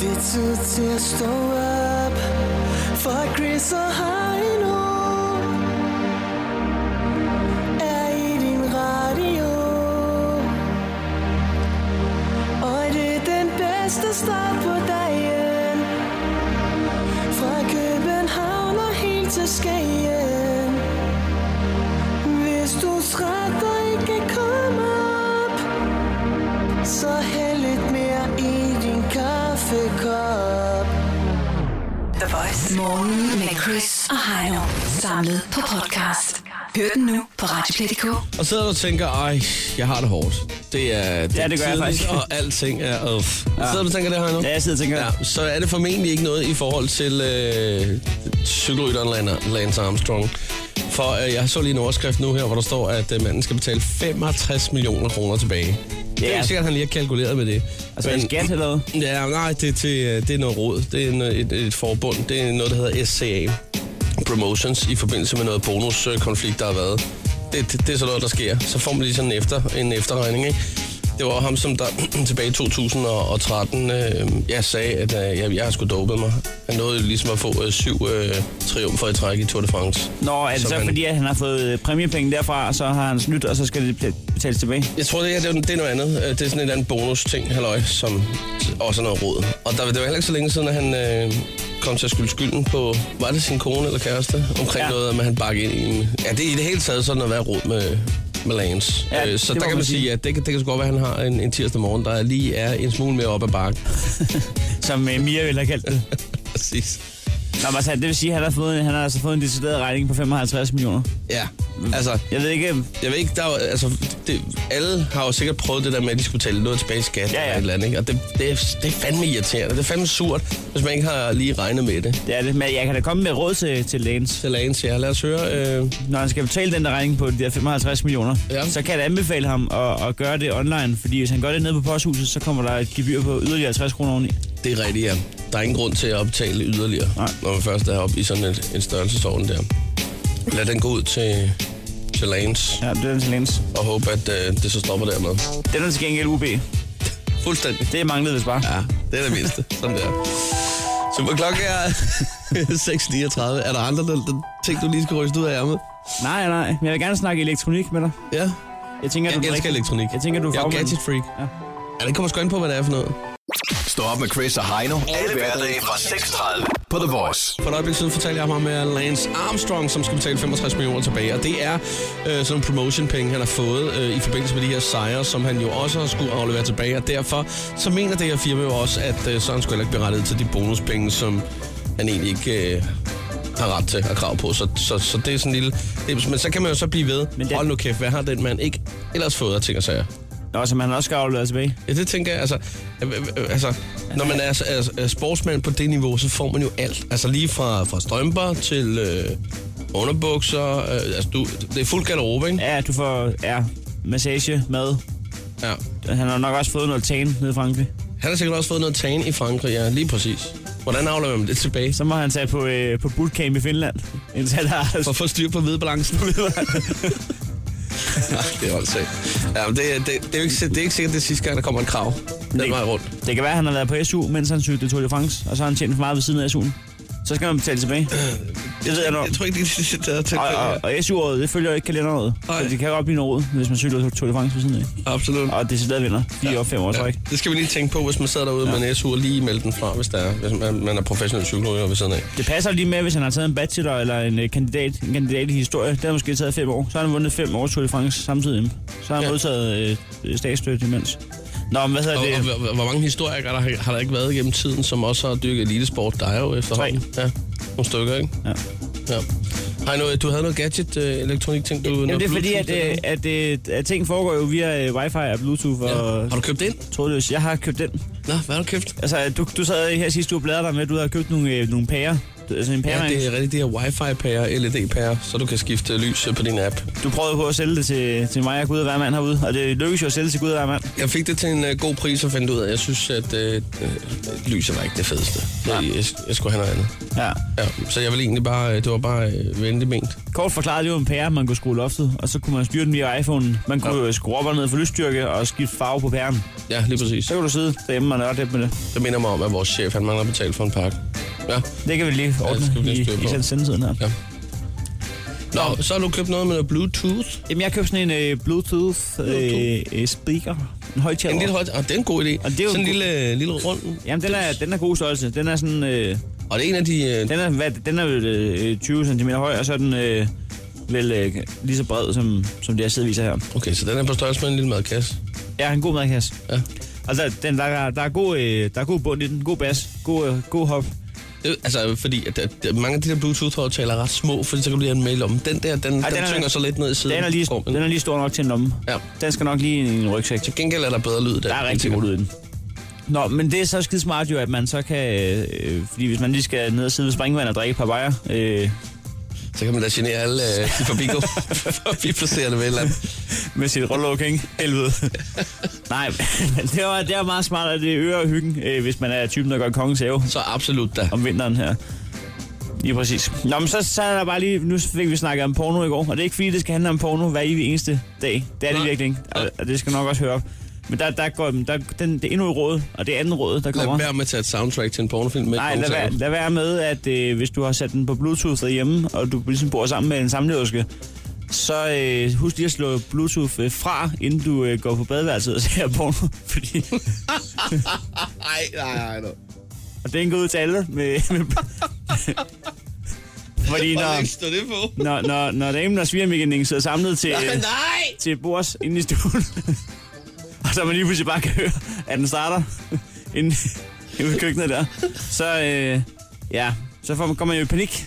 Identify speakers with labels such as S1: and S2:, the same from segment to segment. S1: zu zerstå op For Chris og Heino Er i din radio Og det er den bedste start på dagen Fra København og helt til Skagen Hvis du trætter ikke kan komme op Så hæld lidt mere i din kaffekop
S2: The Voice. Morgen med Chris og Heino. Samlet på podcast. Hør den nu på Radioplay.dk.
S3: Og sidder du og tænker, ej, jeg har det hårdt. Det er, det
S4: gør jeg
S3: tidligt,
S4: faktisk.
S3: og alting er øh. Ja. Sidder du og tænker det her nu?
S4: Ja, jeg sidder og tænker, ja.
S3: Ja, så er det formentlig ikke noget i forhold til øh, cykelrytteren Lan- Lance Armstrong. For øh, jeg så lige en overskrift nu her, hvor der står, at øh, manden skal betale 65 millioner kroner tilbage. Det er
S4: Ja.
S3: ikke sikkert, at han lige har kalkuleret med det.
S4: Altså, en skat eller hvad?
S3: Ja, nej, det er, til, øh, det er noget råd. Det er en, øh, et, et forbund. Det er noget, der hedder SCA. Promotions i forbindelse med noget bonuskonflikt, der har været. Det, det, det er sådan noget, der sker. Så får man lige sådan en, efter, en efterregning, ikke? Det var ham, som der tilbage i 2013, øh, jeg sagde, at øh, jeg, jeg har sgu dopet mig. Han nåede jo ligesom at få øh, syv øh, triumfer i træk i Tour de France.
S4: Nå, er det så
S3: han-
S4: fordi, at han har fået øh, præmiepenge derfra, og så har han snydt, og så skal det bl- betales tilbage?
S3: Jeg tror, det, her, det, er, det er noget andet. Øh, Det er sådan en eller anden bonus-ting, halløj, som også er noget råd. Og der, det var heller ikke så længe siden, at han øh, kom til at skylde skylden på, var det sin kone eller kæreste, omkring ja.
S4: Ja.
S3: noget, med at han bakkede ind i en... Ja, det er i det hele taget sådan at være råd med, med Lance.
S4: Ja,
S3: øh, så der
S4: det må
S3: kan man
S4: man
S3: sige,
S4: sige.
S3: at det, kan- det kan sgu godt være, at han har en, en tirsdag morgen, der lige er en smule mere op ad bakken.
S4: Som øh, Mia ville have kaldt det.
S3: Præcis.
S4: Nå, men altså, det vil sige, at han har, fået, han har altså fået en decideret regning på 55 millioner.
S3: Ja, altså,
S4: Jeg ved ikke...
S3: jeg ved ikke, der er, jo- altså, det, alle har jo sikkert prøvet det der med, at de skulle betale noget tilbage i skat
S4: Ja, ja.
S3: eller et eller andet, ikke? Og det, det, er, det er fandme irriterende. Det er fandme surt, hvis man ikke har lige regnet med det.
S4: Det er det, men jeg kan da komme med råd til, til Lance.
S3: til Lance her. Lad os høre. Øh,
S4: Når han skal betale den der regning på de der 55 millioner,
S3: Ja.
S4: ja. så kan jeg da anbefale ham at, at gøre det online, fordi hvis han gør det nede på posthuset, så kommer der et gebyr på yderligere 50 kroner oveni.
S3: det er rigtigt, ja. Der er ingen grund til at optale yderligere,
S4: Nej.
S3: når man først er oppe i sådan et, en størrelsesorden der. Lad den gå ud til, til Lance
S4: Ja, det er den til Lance.
S3: og håbe, at øh, det så stopper dermed.
S4: Den er til gengæld UB.
S3: Fuldstændig.
S4: Det manglede vist bare.
S3: Ja, det er det mindste. Sådan der. Så på klokken er 6.39. Er der andre der, der, ting, du lige skal ryste ud af ærmet?
S4: Nej, nej, men jeg vil gerne snakke elektronik med dig.
S3: Ja,
S4: Jeg tænker,
S3: jeg
S4: du er den
S3: elsker
S4: rigtige.
S3: elektronik.
S4: Jeg tænker, du er
S3: Jeg er jo
S4: fagmand.
S3: gadget-freak.
S4: Ja.
S3: Ja, det kommer sgu an på, hvad det er for noget.
S5: Stå op med Chris og Heino. Alle hverdage fra 6.30 på The Voice.
S3: For et øjeblik siden fortalte jeg ham med Lance Armstrong, som skal betale 65 millioner tilbage. Og det er øh, sådan en promotion-penge, han har fået øh, i forbindelse med de her sejre, som han jo også har skulle aflevere tilbage. Og derfor så mener det her firma jo også, at øh, så er han skulle ikke berettiget til de bonuspenge, som han egentlig ikke øh, har ret til og krav på. Så, så, så det er sådan en lille... Det, men så kan man jo så blive ved. Men
S4: Men
S3: den...
S4: den-
S3: Hold nu kæft, hvad har den mand ikke ellers fået af ting og sager?
S4: Nå, som han også skal aflevere tilbage.
S3: Ja, det tænker jeg. Altså, øh, øh, øh, altså når man er, er, er sportsmand på det niveau, så får man jo alt. Altså lige fra, fra strømper til øh, underbukser. Øh, altså, du, det er fuld garderobe, ikke?
S4: Ja, du får ja, massage, mad.
S3: Ja.
S4: Han har nok også fået noget tan nede i Frankrig.
S3: Han har sikkert også fået noget tan i Frankrig, ja, lige præcis. Hvordan afleverer man det tilbage?
S4: Så må han tage på, øh, på bootcamp i Finland. Indtil han har...
S3: For at få styr på hvidbalancen. ja, det er åndssvagt. Ja, men det, det, det, er jo ikke, det er ikke sikkert, det er sidste gang, der kommer en krav. Den
S4: Nej.
S3: vej rundt.
S4: Det kan være, at han har været på SU, mens han søgte Tour de France, og så har han tjent for meget ved siden af SU'en. Så skal man betale tilbage. Det ved jeg nok.
S3: Jeg tror ikke, det er sidste, der er til.
S4: Og, og, og SU-året, det følger jo ikke kalenderåret.
S3: Nej.
S4: Så det kan godt blive noget rod, hvis man cykler Tour de France ved siden af.
S3: Absolut.
S4: Og det er vinder. De er op fem år, tror jeg.
S3: Det skal vi lige tænke på, hvis man sidder derude ja. med en SU og lige melde den fra, hvis, der er, hvis man, man er professionel psykolog ved siden af.
S4: Det passer lige med, hvis han har taget en bachelor eller en øh, kandidat, en kandidat i historie. Det har måske taget fem år. Så har han vundet fem år Tour de France samtidig. Så har han
S3: Ja.
S4: ja. modtaget øh, øh, statsstøtte imens. Nå, men hvad hedder
S3: Og,
S4: det?
S3: og, hvor- hvor mange historikere der har, har der ikke været gennem tiden, som også har dyrket elitesport? Der er jo efterhånden. Tre. Ja, nogle stykker, ikke?
S4: Ja.
S3: ja. Hej, nu, du havde noget gadget øh, elektronik ting du...
S4: Jamen, det er fordi, at, øh, at, at, at ting foregår jo via øh, wifi og bluetooth og
S3: Ja. Har du købt det ind?
S4: trådløs. Jeg har købt den.
S3: Nå, hvad har du købt?
S4: Altså, du, du sad her sidst, du bladrede dig med, at du havde købt nogle, øh, nogle pærer. altså en
S3: Ja,
S4: pære.
S3: det er rigtigt. Det er wifi-pærer, LED-pærer, så du kan skifte lys øh, på din app.
S4: Du prøvede på at sælge det til, til mig og Gud og hver mand herude, og det lykkedes jo at sælge til Gud og hver mand.
S3: Jeg fik det til en øh, god pris og fandt ud af, at jeg synes, at øh, øh, lyset var ikke det fedeste. Ja. Jeg, jeg, jeg skulle have noget andet.
S4: Ja.
S3: Ja, så jeg ville egentlig bare, øh, det var bare øh, venligt ment.
S4: Kort forklaret, det var en pære, man kunne skrue i loftet, og så kunne man styre den via iPhone. Man kunne ja. skrue op og ned for lysstyrke og skifte farve på pæren.
S3: Ja, lige præcis.
S4: Så kan du sidde derhjemme og nørde lidt med det. øh,
S3: Det minder mig om, at vores chef, han mangler at betale for en pakke. Ja.
S4: Det kan vi lige ordne
S3: skal vi
S4: ja,
S3: lige
S4: i,
S3: styre på.
S4: i selv- sendetiden her.
S3: Ja. Nå, så har du købt noget med noget Bluetooth.
S4: Jamen, jeg købte sådan en øh, Bluetooth øh, øh, speaker, en højtaler.
S3: En lille højt. Ah, det er en god idé.
S4: Og det er jo
S3: Sådan en
S4: en god-
S3: lille, lille rund.
S4: Jamen, den er, den er god størrelse. Den er sådan, øh,
S3: Og det er en af de... Øh,
S4: den er, hvad, den er vel, øh, 20 cm høj, og så er den øh, vel øh, lige så bred, som, som det, jeg sidder og viser her.
S3: okay, så den er på størrelse med en lille madkasse.
S4: Ja, en god madkasse.
S3: Ja.
S4: Og der, den, der, er, der, er god, øh, der er god bund i den, god bas, god, øh, god hop.
S3: Det, altså, fordi at, at, at mange af de der Bluetooth-højtaler er ret små, fordi så kan du lige have en mail om. Den der, den, Ej, den, den
S4: er-
S3: tynger så lidt ned i siden.
S4: Den er, lige,
S3: af rummet.
S4: den er lige stor nok til en lomme.
S3: Ja.
S4: Den skal nok lige i en rygsæk.
S3: Til gengæld er der bedre lyd der.
S4: Der er rigtig god lyd i den. Nå, men det er så skide smart jo, at man så kan... Øh, fordi hvis man lige skal ned og sidde ved springvand og drikke et par bajer, øh,
S3: Så kan man da genere alle øh, de forbigå, forbipasserende ved et eller andet.
S4: med sit rullok, ikke? Helvede. Nej, men det var, det var meget smart, at det øger hyggen, øh, hvis man er typen, der går i kongens have
S3: Så absolut da.
S4: om vinteren her. Lige præcis. Nå, men så, så er der bare lige... Nu fik vi snakket om porno i går, og det er ikke fordi, det skal handle om porno hver evig eneste dag. Det er det
S3: Nej.
S4: virkelig ikke, og,
S3: Nej.
S4: og det skal nok også høre op. Men der, der går der, den, det er endnu et råd, og det er andet råd, der kommer.
S3: Lad være med at tage et soundtrack til en pornofilm med
S4: Nej,
S3: et
S4: lad være,
S3: kongetaler.
S4: lad være med, at øh, hvis du har sat den på Bluetooth derhjemme, og du ligesom bor sammen med en samleverske, så øh, husk lige at slå Bluetooth øh, fra, inden du øh, går på badeværelset og ser porno. Fordi,
S3: Ej, nej, nej, nej.
S4: og det er en god ud til alle. Med, med, fordi
S3: Hvor
S4: når,
S3: længe står det på?
S4: når, når, når damen og svigermekanikken sidder samlet til,
S3: Nej,
S4: øh,
S3: nej!
S4: til bords inde i stuen, og så man lige pludselig bare kan høre, at den starter inde, inde ved køkkenet der, så, øh, ja, så får man, kommer man jo i panik.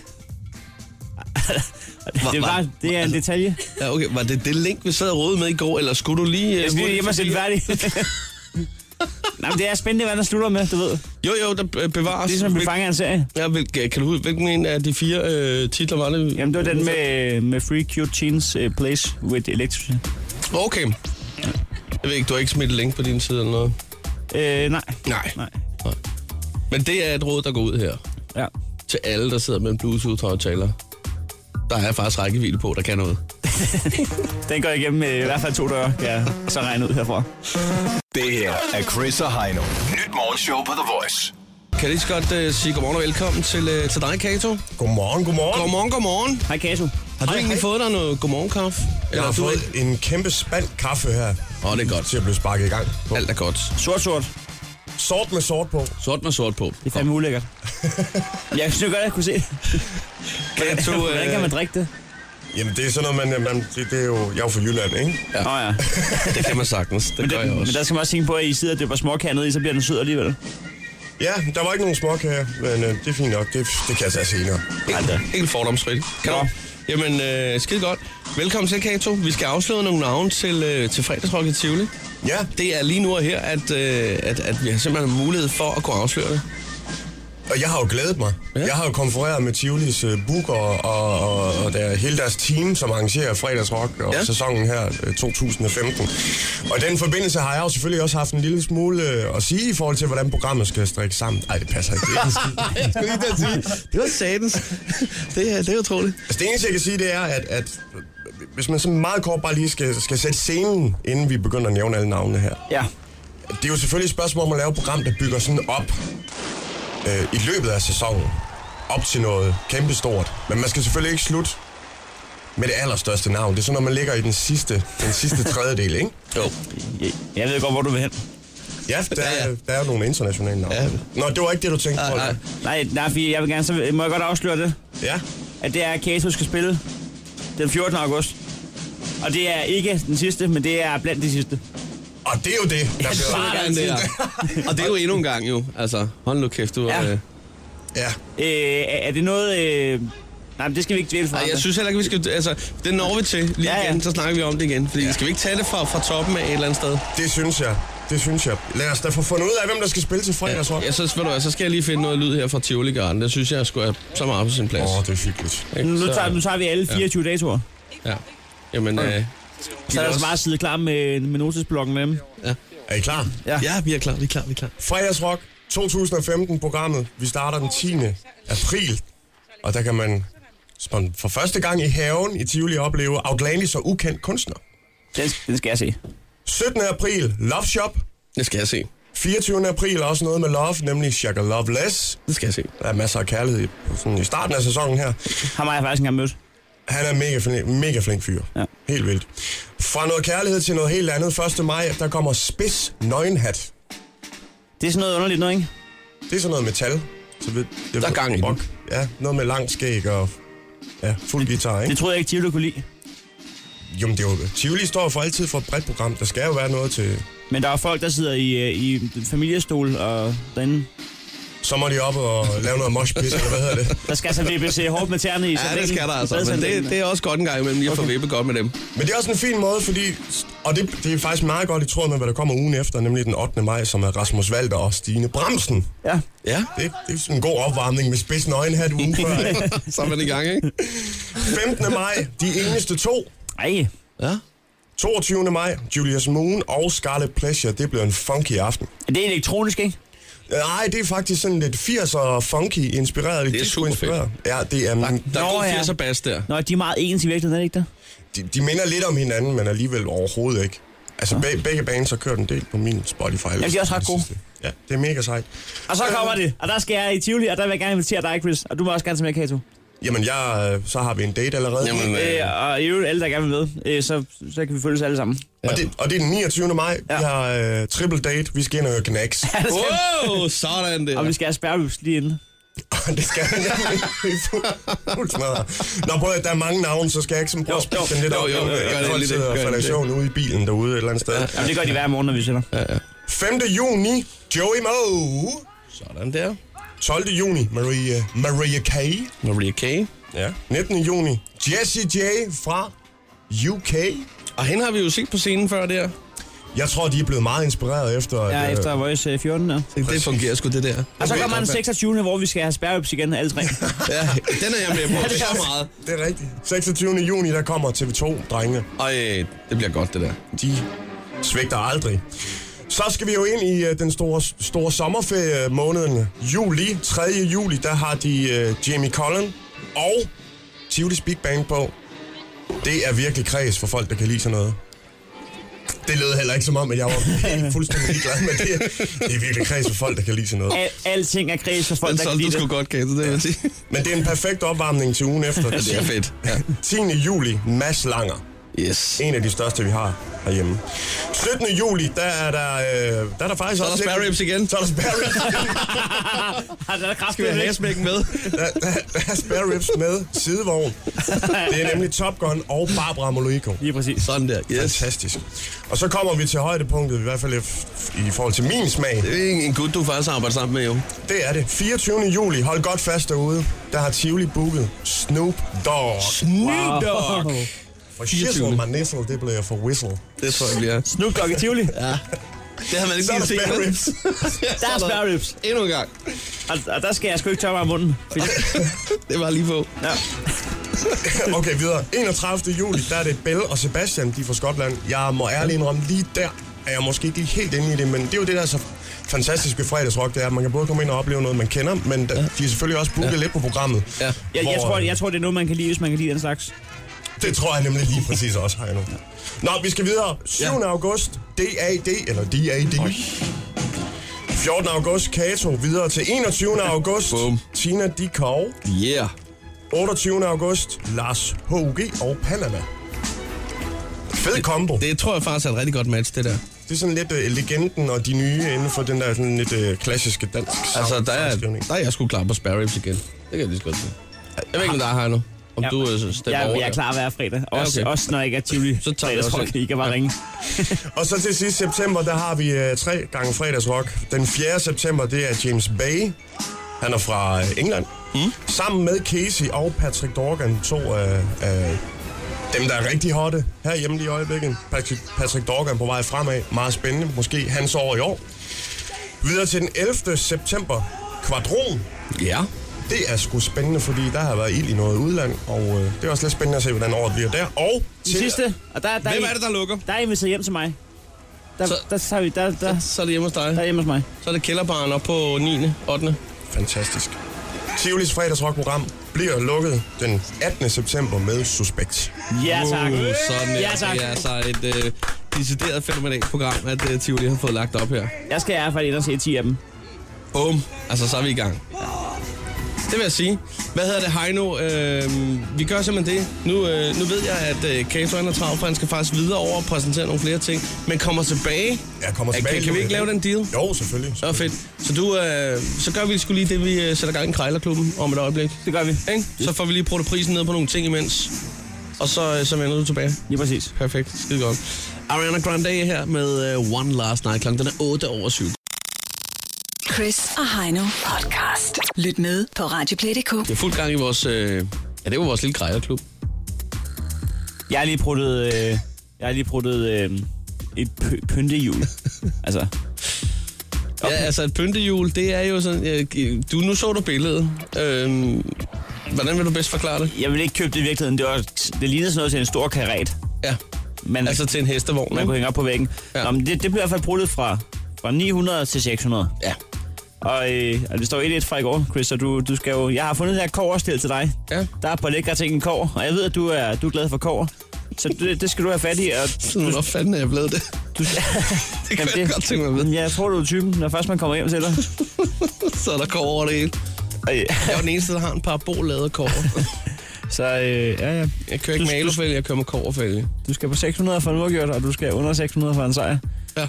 S4: det, er bare, det er en detalje.
S3: Ja, okay. Var altså, det det link, vi sad og rodede med i går, eller skulle du lige... øh,
S4: Jeg skal lige
S3: hurtigt
S4: hjem og sætte
S3: fortælle-
S4: færdig. Nej, men det er spændende, hvad der slutter med, du ved. Det
S3: Jo, jo, der øh, bevares.
S4: er ligesom at blive
S3: Hvil-
S4: fanget af en serie.
S3: Ja, hvil- kan du huske, hvilken en af de fire øh, titler var det?
S4: Jamen, det var den med, med Free Cute Teens uh, Place with Electricity.
S3: Okay. Jeg ved ikke, du har ikke smidt et link på din side eller noget?
S4: Øh, nej.
S3: Nej.
S4: Nej.
S3: Nej. Men det er et råd, der går ud her.
S4: Ja.
S3: Til alle, der sidder med en Bluetooth-højtaler. Der er faktisk rækkevidde på, der kan noget.
S4: Den går igennem øh, i hvert fald to døre, kan jeg så regne ud herfra.
S5: Det her er Chris og Heino. Nyt morgenshow på The Voice.
S3: Kan jeg lige så godt øh, sige godmorgen og velkommen til, øh, til dig, Kato.
S6: Godmorgen, godmorgen.
S3: Godmorgen, godmorgen.
S4: Hej, Kato.
S3: Har du
S6: Hej,
S3: egentlig
S6: hej.
S3: fået dig noget godmorgenkaffe?
S6: Jeg har
S3: du
S6: fået en kæmpe spand kaffe her.
S3: Åh, det er godt.
S6: Til at blive sparket i gang. På.
S3: Alt er godt.
S4: Sort, sort.
S6: Sort med sort på.
S3: Sort med sort på.
S4: Det er fandme ulækkert. jeg synes jo godt, jeg kunne se det.
S3: Kato,
S4: Hvordan kan man drikke det?
S6: Jamen, det er sådan noget, man... man det, det er jo, jeg er jo fra Jylland, ikke?
S4: Ja. Nå ja.
S3: øh, det kan man sagtens. Det
S4: Men,
S3: gør jeg
S4: det,
S3: også.
S4: men der skal man også tænke på, at I sidder og døber småkager ned i, så bliver den sød alligevel.
S6: Ja, der var ikke nogen småkager, men øh, det er fint nok. Det, det kan jeg tage senere.
S3: Helt, helt fordomsfrit. Kan du?
S4: Nå.
S3: Jamen, øh, skide godt. Velkommen til, Kato. Vi skal afsløre nogle navne til, øh, til fredagsrock i Tivoli.
S6: Ja,
S3: Det er lige nu og her, at, øh, at, at vi har simpelthen mulighed for at kunne afsløre det.
S6: og jeg har jo glædet mig.
S3: Ja.
S6: Jeg har jo konfereret med Tivolis uh, booker og, og, og der, hele deres team, som arrangerer fredagsrock og
S3: Ja.
S6: ja. sæsonen her øh, 2015. Og i den forbindelse har jeg jo selvfølgelig også haft en lille smule øh, at sige i forhold til, hvordan programmet skal strikke sammen. Nej, det passer ikke. Det er ikke en skid.
S3: Jeg skulle lige at sige, det var satans. Det er, det er utroligt.
S6: Altså det eneste, jeg kan sige, det er, at, at hvis man sådan meget kort bare lige skal, skal sætte scenen, inden vi begynder at nævne alle navnene her.
S4: Ja.
S6: Det er jo selvfølgelig et spørgsmål om at lave et program, der bygger sådan op øh, i løbet af sæsonen. Op til noget kæmpestort. Men man skal selvfølgelig ikke slutte med det allerstørste navn. Det er sådan, når man ligger i den sidste, den sidste tredjedel, ikke?
S3: Jo.
S4: Jeg, jeg ved godt, hvor du vil hen.
S6: Ja,
S3: Ja,
S6: der, ja,
S3: ja.
S6: ja. der er jo nogle internationale navne.
S3: Ja.
S6: Ja. Nå, det var ikke det, du tænkte
S3: Nej,
S6: på.
S3: nej.
S6: eller?
S4: Nej, nej, fordi jeg vil gerne, så må jeg godt afsløre det,
S6: Ja.
S4: at det er, at Kato skal spille den 14. august. Og det er ikke den sidste, men det er blandt de sidste.
S6: Og det er jo det, der bliver...
S4: Bare
S3: Sådan der. Og det er jo endnu en gang jo. Altså, hold nu kæft, du...
S4: Ja.
S3: Ja. Øh.
S6: Ja.
S4: Øh, er er det noget... Øh... Nej, men det skal vi ikke dvæle for.
S3: Ej, jeg synes heller ikke, vi skal... Altså, det når vi til lige
S4: Ja, ja.
S3: igen, så snakker vi om det igen. Fordi skal vi ikke tage det fra, fra toppen af et eller andet sted?
S6: Det synes jeg. det synes jeg. Lad os da få fundet ud af, hvem der skal spille til fredagshold.
S3: Ja, så, ved du hvad, så skal jeg lige finde noget lyd her fra Tivoli Garden. Det synes jeg skulle er så meget på sin plads.
S6: Åh, oh, det er hyggeligt.
S3: Ikke?
S4: Nu,
S3: Så-
S4: tager, nu tager vi alle 24 ja. datoer.
S3: Ja. Jamen, øh,
S4: Så er der så bare at sidde klar med, med notesblokken med dem.
S6: Er I klar?
S4: Ja.
S3: ja, vi er klar, vi er klar, vi er klar.
S6: Fredagsrock 2015-programmet. Vi starter den 10. april, og der kan man som for første gang i haven i Tivoli opleve Outlandish og ukendt kunstner.
S4: Den, den skal jeg se.
S6: 17. april, Love Shop.
S3: Det skal jeg se.
S6: 24. april er også noget med love, nemlig Shaka Love Less.
S3: Det skal jeg se.
S6: Der er masser af kærlighed i, sådan i starten af sæsonen her.
S4: Ham har jeg faktisk engang mødt.
S6: Han er en mega flink, mega flink fyr.
S4: Ja.
S6: Helt vildt. Fra noget kærlighed til noget helt andet. 1. maj, der kommer Spids Nøgenhat.
S4: Det er sådan noget underligt noget, ikke?
S6: Det er sådan noget metal. Så ved, det
S3: Der er gang i den.
S6: rock. Ja, noget med langt skæg og ja, fuld guitar,
S4: Det
S6: ikke?
S4: troede jeg ikke, Tivoli kunne lide.
S6: Jamen, det er jo, Tivoli står for altid for et bredt program. Der skal jo være noget til...
S4: Men der er folk, der sidder i, øh, i familiestol og derinde.
S6: Så må de op og lave noget moshpit, eller hvad hedder det?
S4: Der skal altså vippes øh, hårdt med tæerne i.
S3: Ja, det skal der altså. Men det,
S4: det,
S3: det er også godt en gang imellem lige at få vippe godt med dem.
S6: Men det er også en fin måde, fordi... Og det, det er faktisk meget godt i tråd med, hvad der kommer ugen efter, nemlig den 8. maj, som er Rasmus Valder og Stine Bramsen.
S4: Ja.
S3: Ja,
S6: Det, det er sådan en god opvarmning med spidsen øjenhat ugen før. ikke?
S3: så er man i gang, ikke?
S6: 15. maj, De Eneste To.
S4: Ej,
S3: Ja.
S6: 22. maj, Julius Moon og Scarlet Pleasure. Det bliver en funky aften.
S4: det er elektronisk, ikke?
S6: Nej, det er faktisk sådan lidt 80'er funky inspireret.
S3: Det er super
S6: inspireret. Ja, det er,
S3: Der er
S4: Nå,
S3: god
S4: ja.
S3: 80'er bas der.
S4: Nå, de er meget ens i virkeligheden, er det ikke det?
S6: de, de minder lidt om hinanden, men alligevel overhovedet ikke. Altså beg, begge bands har kørt en del på min Spotify. Ja,
S4: de er også ret gode.
S6: Ja, det er mega sejt. Øh,
S4: Og
S3: Øh.
S4: så kommer det, og der skal jeg i Tivoli, og der vil jeg gerne invitere dig, Chris. Og du må også gerne tage med, Kato.
S6: Jamen, jeg, øh, så har vi en date allerede.
S3: Jamen, øh,
S4: Øh, og i øvrigt, alle, der gerne vil med, øh, så, så kan vi følges alle sammen.
S6: og, det, og det er den 29. maj. Ja.
S4: Ja.
S6: Vi har øh, triple date. Vi skal ind og høre Knacks.
S4: Ja, det skal, vi.
S3: Wow, sådan der.
S4: og vi skal have spærrelys lige inden.
S6: det skal vi nemlig. Vi er fu- fuld smadret. Nå, prøv at høre, der er mange navne, så skal jeg ikke sådan prøve at
S3: Jo, jo.
S6: spille den lidt
S3: Jo,
S6: op.
S3: jo, jo, gør det
S6: jeg folk
S3: lige det,
S6: sidder og
S3: gør
S6: falder i
S3: det.
S6: søvn ude i bilen derude et eller andet sted.
S4: Jamen, det gør de hver morgen, når vi sender.
S6: 5. juni, Joey Moe.
S3: Sådan der.
S6: 12. juni, Maria, Maria Kay.
S3: Maria Kay.
S6: Ja. 19. juni, Jessie J fra UK.
S3: Og hende har vi jo set på scenen før der.
S6: Jeg tror, de er blevet meget inspireret efter...
S4: Ja,
S6: at, øh,
S4: efter Voice øh, 14. Der.
S3: Det, det fungerer sgu, det der.
S4: Og så
S6: Okay,
S4: kommer den
S6: godt.
S4: 26. hvor vi skal have spærrelys igen, alle tre.
S3: Ja, den er jeg med på. Det er meget.
S6: Det er rigtigt. 26. juni, der kommer TV2, drengene.
S3: Og øh, det bliver godt, det der.
S6: De svigter aldrig. Så skal vi jo ind i øh, den store, store sommerferie måneden juli. 3. juli, der har de øh, Jamie Collin og Tivoli's Big Bang på. Det er virkelig kreds for folk, der kan lide sådan noget. Det lød heller ikke som om, at jeg var helt fuldstændig ligeglad, men det, det er virkelig kreds for folk, der kan lide sådan noget.
S4: Al, alting er kreds for folk,
S3: Den
S4: der kan
S3: solgte du
S4: lide det.
S3: sgu godt, Kate, det vil jeg sige.
S6: Men det er en perfekt opvarmning til ugen efter.
S3: Det er fedt. Ja.
S6: 10. juli, Mads Langer.
S3: Yes.
S6: En af de største, vi har herhjemme. 17. juli, der er der, øh, der, er der faktisk
S3: Så er der
S6: også
S3: spare ribs igen.
S6: Så er der spare ribs.
S4: Ah, den er kraftigt
S3: Skal vi have
S4: væk.
S3: hasmækken med?
S6: der, der, der er spare ribs med sidevogn. Det er nemlig Top Gun og Barbara Moleko.
S4: Lige præcis.
S3: Sådan der. Yes.
S6: Fantastisk. Og så kommer vi til højdepunktet, i hvert fald i forhold til min smag.
S3: Det er en, en gut, du faktisk arbejder sammen med, jo.
S6: Det er det. 24. juli, hold godt fast derude, der har Tivoli booket Snoop Dogg.
S3: Snoop Dogg.
S6: For shizzle, my nizzle, det bliver for whistle.
S3: Det tror jeg, vi er.
S4: Snoop Dogg i Tivoli.
S3: Det har man ikke
S6: Så er
S3: lige
S6: der
S3: set.
S6: spare
S3: vel?
S6: ribs.
S4: Der er spærrelys.
S3: Endnu en gang.
S4: Og, og der skal jeg sgu ikke tørre mig om munden. Fordi,
S3: Det var lige på.
S4: ja.
S6: Okay, videre. 31. juli, der er det Bell og Sebastian, de er fra Skotland. Jeg må ærligt indrømme, lige der er jeg måske ikke lige helt inde i det, men det er jo det, der er så fantastisk ved fredagsrock, det er, at man kan både komme ind og opleve noget, man kender, men da- de er selvfølgelig også booket ja. lidt på programmet.
S3: Ja.
S4: jeg, jeg,
S6: hvor,
S4: tror,
S6: øh,
S4: jeg tror, det er noget, man kan lide, hvis man kan lide den slags.
S6: Det tror jeg nemlig lige præcis også har jeg nu. Nå, vi skal videre. 7. Ja. august, DAD, eller DAD. 14. august, Kato. Videre til 21. august,
S3: Bum.
S6: Tina Dikov.
S3: Yeah.
S6: 28. august, Lars H.U.G. og Panama. Fed kombo.
S3: Det tror jeg faktisk er et rigtig godt match, det der.
S6: Det er sådan lidt uh, legenden og de nye inden for den der sådan lidt uh, klassiske dansk sang-
S3: Altså, der er,
S6: sangskrivning.
S3: der er jeg sgu klar på spare ribs igen. Det kan jeg lige så godt sige. Jeg ved ikke, om der er her nu. Om ja,
S4: Ja,
S3: du øh, stemmer
S4: Jeg,
S3: over
S4: jeg er
S3: der.
S4: klar hver fredag. Også,
S3: okay.
S4: også når jeg ikke er Tivoli.
S3: Så tager jeg også
S4: fredagsrock.
S3: ind.
S4: I kan bare ringe.
S6: Og så til sidst september, der har vi uh, tre gange fredagsrock. Den 4. september, det er James Bay. Han er fra øh, uh, England. Mm. Sammen med Casey og Patrick Dorgan, to af uh, uh, øh, Dem, der er rigtig hotte herhjemme lige i øjeblikket. Patrick, Patrick Dorgan på vej fremad. Meget spændende. Måske hans år i år. Videre til den 11. september. Kvadron.
S3: Ja.
S6: Det er sgu spændende, fordi der har været ild i noget udland, og øh, det er også lidt spændende at se, hvordan året bliver der. Og
S4: Den sidste, og der, der,
S3: Hvem
S4: I-
S3: er det, der lukker?
S4: Der er inviteret hjem til mig. Der,
S3: Så-
S4: der, tager vi, der, der, der,
S3: Så er det hjemme hos
S4: der er
S3: dig.
S4: hjemme hos mig.
S3: Så er det kælderbaren op på 9. 8.
S6: Fantastisk. Tivolis fredagsrockprogram bliver lukket den 18. september med Suspekt.
S4: Ja, tak.
S3: Uh, sådan,
S4: ja, tak.
S3: Det er altså et øh, decideret fænomenalt program, at øh, Tivoli har fået lagt op her.
S4: Jeg skal i hvert fald ind og se 10 af dem.
S3: Bum. Altså, så er vi i gang. Det vil jeg sige. Hvad hedder det, Heino? Øh, vi gør simpelthen det. Nu, øh, nu ved jeg, at øh, Kato han er travlt, for han skal faktisk videre over og præsentere nogle flere ting, men kommer tilbage.
S6: Jeg kommer
S3: Øh,
S6: tilbage.
S3: Kan, kan vi ikke lave den deal?
S6: Jo, selvfølgelig.
S3: Så fedt. Så, du, øh, så gør vi sgu lige det, vi øh, sætter gang i Krejlerklubben om et øjeblik.
S4: Det gør vi.
S3: Ikke? Så får vi lige prøvet prisen ned på nogle ting imens. Og så, øh, så vender du tilbage.
S4: Lige præcis.
S3: Perfekt. Skide godt. Ariana Grande er her med uh, One Last Night. Klokken den er 8 over 7.
S2: Chris og Heino podcast. Lyt med på Radioplay.dk.
S3: Det er fuld gang i vores... Øh, ja, det var vores lille grejerklub.
S4: Jeg har lige pruttet, øh, jeg har lige pruttet øh, et py- pyntehjul. altså,
S3: Ja, altså et pyntehjul, det er jo sådan... Øh, du, nu så du billedet. Øh, hvordan vil du bedst forklare det?
S4: jeg ville ikke købe det i virkeligheden. Det, var, det lignede sådan noget til en stor karet.
S3: Ja,
S4: Men
S3: altså til en hestevogn,
S4: man kunne
S3: ikke?
S4: hænge op på væggen.
S3: Ja.
S4: Ja. Nå, men det, det blev i hvert fald pruttet fra, fra 900 til 600.
S3: Ja.
S4: Og, øh, og det står 1-1 fra i går, Chris, og du, du skal jo... Jeg har fundet det her koverstil til dig.
S3: Ja.
S4: Der er på lækre ting en kår, og jeg ved, at du er, du er glad for kover. Så det, det skal du have fat i, og
S3: Sådan, hvor fanden er jeg blevet det?
S4: du...
S3: Det kan
S4: Jamen,
S3: jeg godt tænke mig at vide.
S4: Jamen, jeg tror, du er typen, når først man kommer hjem til dig.
S3: Så er der kår over det hele.
S4: Ej,
S3: Jeg er den eneste, der har en par boladet kår.
S4: Så øh, ja, ja.
S3: Jeg kører ikke
S4: Du-
S3: med alufælge, jeg kører med kårfælge.
S4: Du skal på 600 for en uafgjort, og du skal under 600 for en sejr.
S3: Ja.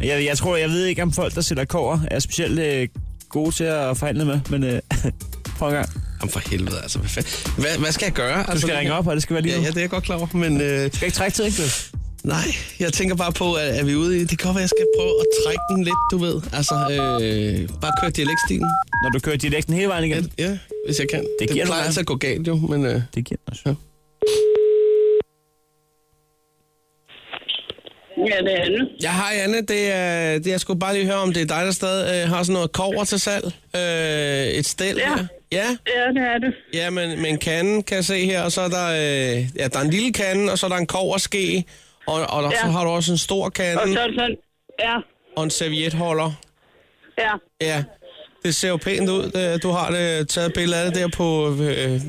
S4: Jeg, jeg tror, jeg ved ikke, om folk, der sælger kover, er specielt øh, gode til at forhandle med, men øh, prøv en gang.
S3: Jamen for helvede, altså. Hvad, fa- hvad, hvad skal jeg gøre? Altså,
S4: Du skal ringe op, og det skal være lige
S3: Ja,
S4: nu.
S3: ja, det er jeg godt klar over, men... Øh,
S4: Du skal ikke trække til, ikke?
S3: Nej, jeg tænker bare på, at er vi ude i... Det kan godt være, jeg skal prøve at trække den lidt, du ved. Altså, øh, bare køre dialektstilen.
S4: Når du kører dialekten hele vejen igen.
S3: Ja, hvis jeg kan. Det, det
S4: giver du
S3: plejer
S4: mig.
S3: altså at gå galt jo, men... Øh,
S4: Det giver os.
S7: Ja, det er Anne.
S3: ja, hej Anne. Det er, det er, jeg skulle bare lige høre, om det er dig, der stadig øh, har sådan noget kover til salg. Øh, et stel
S7: Ja.
S3: her. Ja,
S7: Ja, det er det.
S3: ja men, men kanden kan jeg se her, og så er der, øh, ja, der er en lille kande, og så er der en koverske, og, og der,
S7: Ja.
S3: så har du også en stor kande,
S7: Og
S3: og,
S7: så er det sådan, ja,
S3: og en servietholder.
S7: ja,
S3: Ja, det ser jo pænt ud. Øh, Du har det, taget et billede af det der på øh,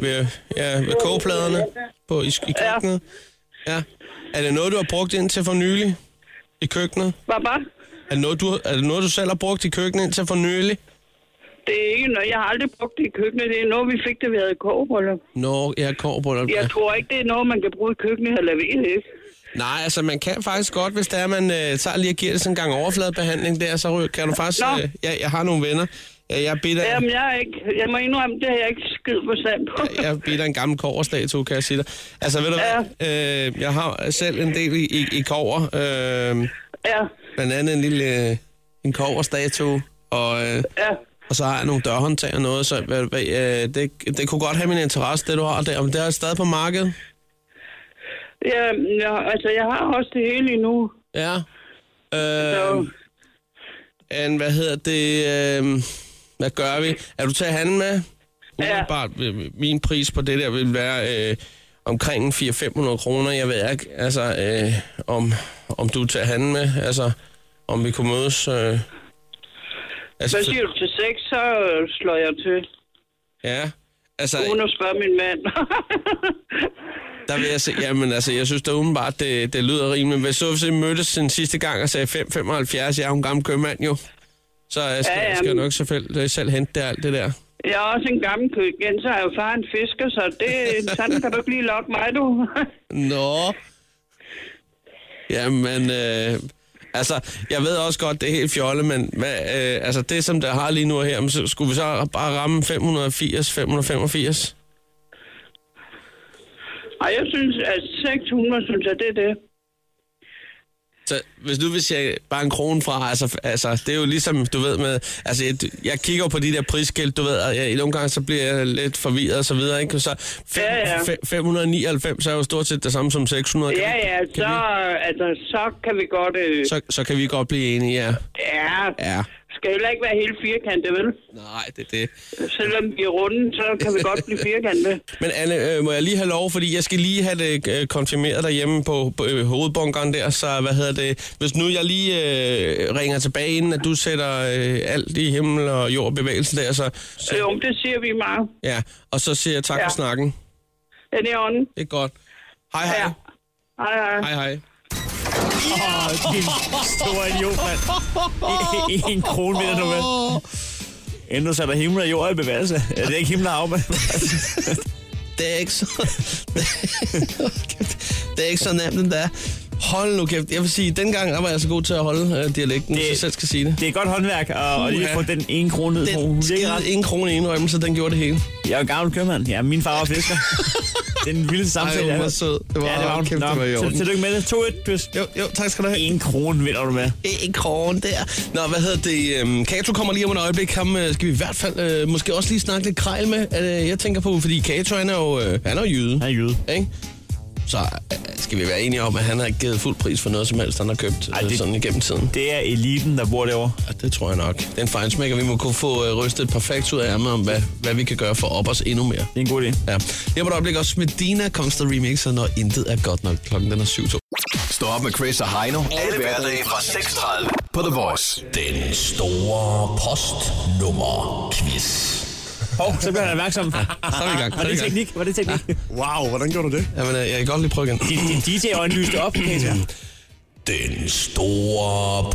S3: ved, ja, ved kogepladerne på, i, i køkkenet. Ja. Er det noget, du har brugt indtil for nylig i køkkenet?
S7: bare bare.
S3: Er det noget, du, er det noget, du selv har brugt i køkkenet indtil for nylig?
S7: Det er ikke noget, jeg har aldrig brugt det i køkkenet. Det er noget, vi fik det ved at koge på det.
S3: Nå, jeg kommer på det.
S7: Jeg tror ikke, det er noget, man kan bruge i køkkenet, eller ved det ikke.
S3: Nej, altså man kan faktisk godt, hvis det er, man øh, tager lige og giver det sådan en gang overfladebehandling der, så ryger- kan du faktisk...
S7: Nå.
S3: Øh, jeg, jeg har nogle venner. Jeg, jeg bitter...
S7: Jamen, jeg, er ikke, jeg må indrømme, det har jeg ikke skid forstand på.
S3: jeg bilder en gammel koverstatue, kan jeg sige dig. Altså, ved du hvad? Øh, jeg har selv en del i, i, i kover. Øh,
S7: Ja,
S3: blandt andet en lille øh, en koverstatue, og, øh,
S7: ja.
S3: og så har jeg nogle dørhåndtag og noget, så hvad, hvad, øh, det, det kunne godt have min interesse, det du har der. Om det er stadig på markedet?
S7: ja jeg, altså, jeg har også det hele endnu.
S3: Ja.
S7: Øhm, Så,
S3: Øh, en, hvad hedder det? Øh, hvad gør vi? Er du til at handle med?
S7: Ja.
S3: Umiddelbart, ja. min pris på det der vil være øh, omkring 400-500 kroner. Jeg ved ikke, altså, øh, om, om du er til at handle med. Altså, om vi kunne mødes. Øh,
S7: hvad siger du til sex, så øh, slår jeg til.
S3: Ja, altså,
S7: Uden at spørge min mand.
S3: der vil jeg se, jamen, altså, jeg synes da umiddelbart, det, det lyder rimeligt. Hvis så vi mødtes den sidste gang og sagde 5,75, jeg er jo en gammel købmand jo. Så jeg skal, ja,
S7: Ja,
S3: ja,
S7: ja,
S3: skal jeg
S7: men-
S3: nok selv, selv hente det, alt det der.
S7: jeg er også en gammel køkken, igen, så er jeg jo far en fisker, så det, sådan kan du ikke lige lokke mig, du.
S3: Nå. Jamen, øh, altså, jeg ved også godt, det er helt fjolle, men hvad, øh, altså, det, som der har lige nu og her, men så skulle vi så bare ramme 580, 585?
S7: Og jeg synes, at 600, synes jeg, det er det.
S3: Så hvis du vil sige bare en krone fra, altså, altså, det er jo ligesom, du ved med, altså, jeg, jeg kigger jo på de der prisskilt, du ved, og jeg, i nogle gange, så bliver jeg lidt forvirret og så videre, ikke? Så fem,
S7: Ja, ja.
S3: Fe, 599 er jo stort set det samme som 600. kan
S7: Ja,
S3: vi-
S7: ja,
S3: kan
S7: så,
S3: vi-
S7: altså, så kan vi godt... Øh,
S3: så, så kan vi godt blive enige, ja.
S7: ja,
S3: Ja.
S7: skal heller ikke være helt firkantet, vel?
S3: Nej, det er det.
S7: Selvom vi er runde, så kan vi godt blive firkantet.
S3: Men Anne, øh, må jeg lige have lov, fordi jeg skal lige have det øh, konfirmeret derhjemme på, på øh, hovedbunkeren der, så hvad hedder det, hvis nu jeg lige øh, ringer tilbage, inden at du sætter øh, alt i himmel og jord bevægelse der, så, så
S7: Jo, men det siger vi meget.
S3: ja, og så siger jeg tak ja.
S7: Ja.
S3: for snakken.
S7: Den er ånden.
S3: Det er godt. Hej, hej.
S7: Ja.
S3: Ja.
S7: Hej, hej.
S3: Hej, hej.
S4: Åh, din store idiot, mand. En, en krone vinder du med. Endnu sætter himmel og jord i bevægelse. Ja, det er ikke himmel og hav, men...
S3: Det er ikke så... det er ikke så nemt endda. Hold nu kæft. Jeg vil sige, dengang der var jeg så god til at holde øh, dialekten, det...
S4: Det-
S3: hvis jeg selv skal sige det.
S4: Det er godt håndværk at, at lige
S3: Uha.
S4: få den ene krone ned på
S3: Den
S4: hovedet. Det er
S3: skidede
S4: ret-
S3: ingen krone i indrømmelse, den gjorde det hele.
S4: Jeg er jo gammel købmand. Ja, min far var fisker. det er den vilde
S3: Ej,
S4: samtale,
S3: hun
S4: jeg
S3: var
S4: har.
S3: sød. Det var,
S4: Ja, det var hun.
S3: kæft, det var i
S4: Nå,
S3: orden.
S4: til- tillykke med det. 2-1, Chris.
S3: Jo, jo, tak skal du have.
S4: En krone vinder du med.
S3: En krone der. Nå, hvad hedder det? øhm, Kato kommer lige om et øjeblik. Ham øh, skal vi i hvert fald øh, måske også lige snakke lidt krejl med. Øh, jeg tænker på, fordi Kato, han er jo, øh, han er jo jyde.
S4: Han er jyde.
S3: Ikke? Så øh, skal vi være enige om, at han har ikke givet fuld pris for noget som helst, han har købt Ej,
S4: Ej,
S3: det...
S4: det-
S3: sådan igennem tiden.
S4: Det er eliten, der bor derovre.
S3: Ja, det tror jeg nok. Den fejnsmækker, vi må kunne få øh, rystet et par facts ud af ærmet om, hvad, hvad vi kan gøre for at op os endnu mere.
S4: Det er en god idé.
S3: Ja. Jeg må et øjeblik også med Dina Kongster Remixer, når intet er godt nok. Klokken den er 7
S5: Stå op med Chris og Heino. Alle hverdage fra 6.30 på The Voice.
S3: Den store postnummer-quiz.
S4: Hov, så bliver han opmærksom.
S3: Så er vi i gang. Så
S4: Var
S3: er vi i
S4: det
S3: gang.
S4: teknik? Var det teknik?
S6: Wow, hvordan gjorde du det?
S3: Jamen, øh, jeg kan godt lige prøve igen.
S4: Din, din DJ-øjne lyste op, Peter.
S3: Den store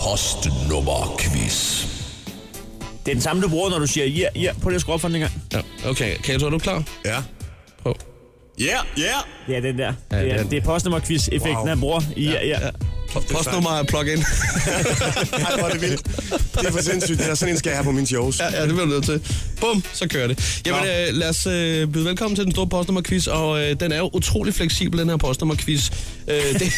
S3: postnummer-quiz.
S4: Det er den samme, du bruger, når du siger ja, ja. Prøv lige at skrue op for den en gang.
S3: Ja, okay. Kato, er du klar?
S6: Ja.
S3: Prøv.
S6: Ja, ja.
S4: Det er den der.
S3: Ja,
S4: Det er,
S3: den.
S4: det er postnummer-quiz-effekten,
S6: Wow.
S4: han bruger. Ja, ja.
S3: Po- Postnummer er plug-in.
S6: Ej, hvor er det vildt. Det er for sindssygt. Det er sådan en, skal jeg have på min shows.
S3: ja, ja, det bliver du nødt til. Bum, så kører det. Jamen,
S6: Nå.
S3: øh, lad os øh, byde velkommen til den store postnummerquiz, og øh, den er jo utrolig fleksibel, den her postnummerquiz. Øh, det,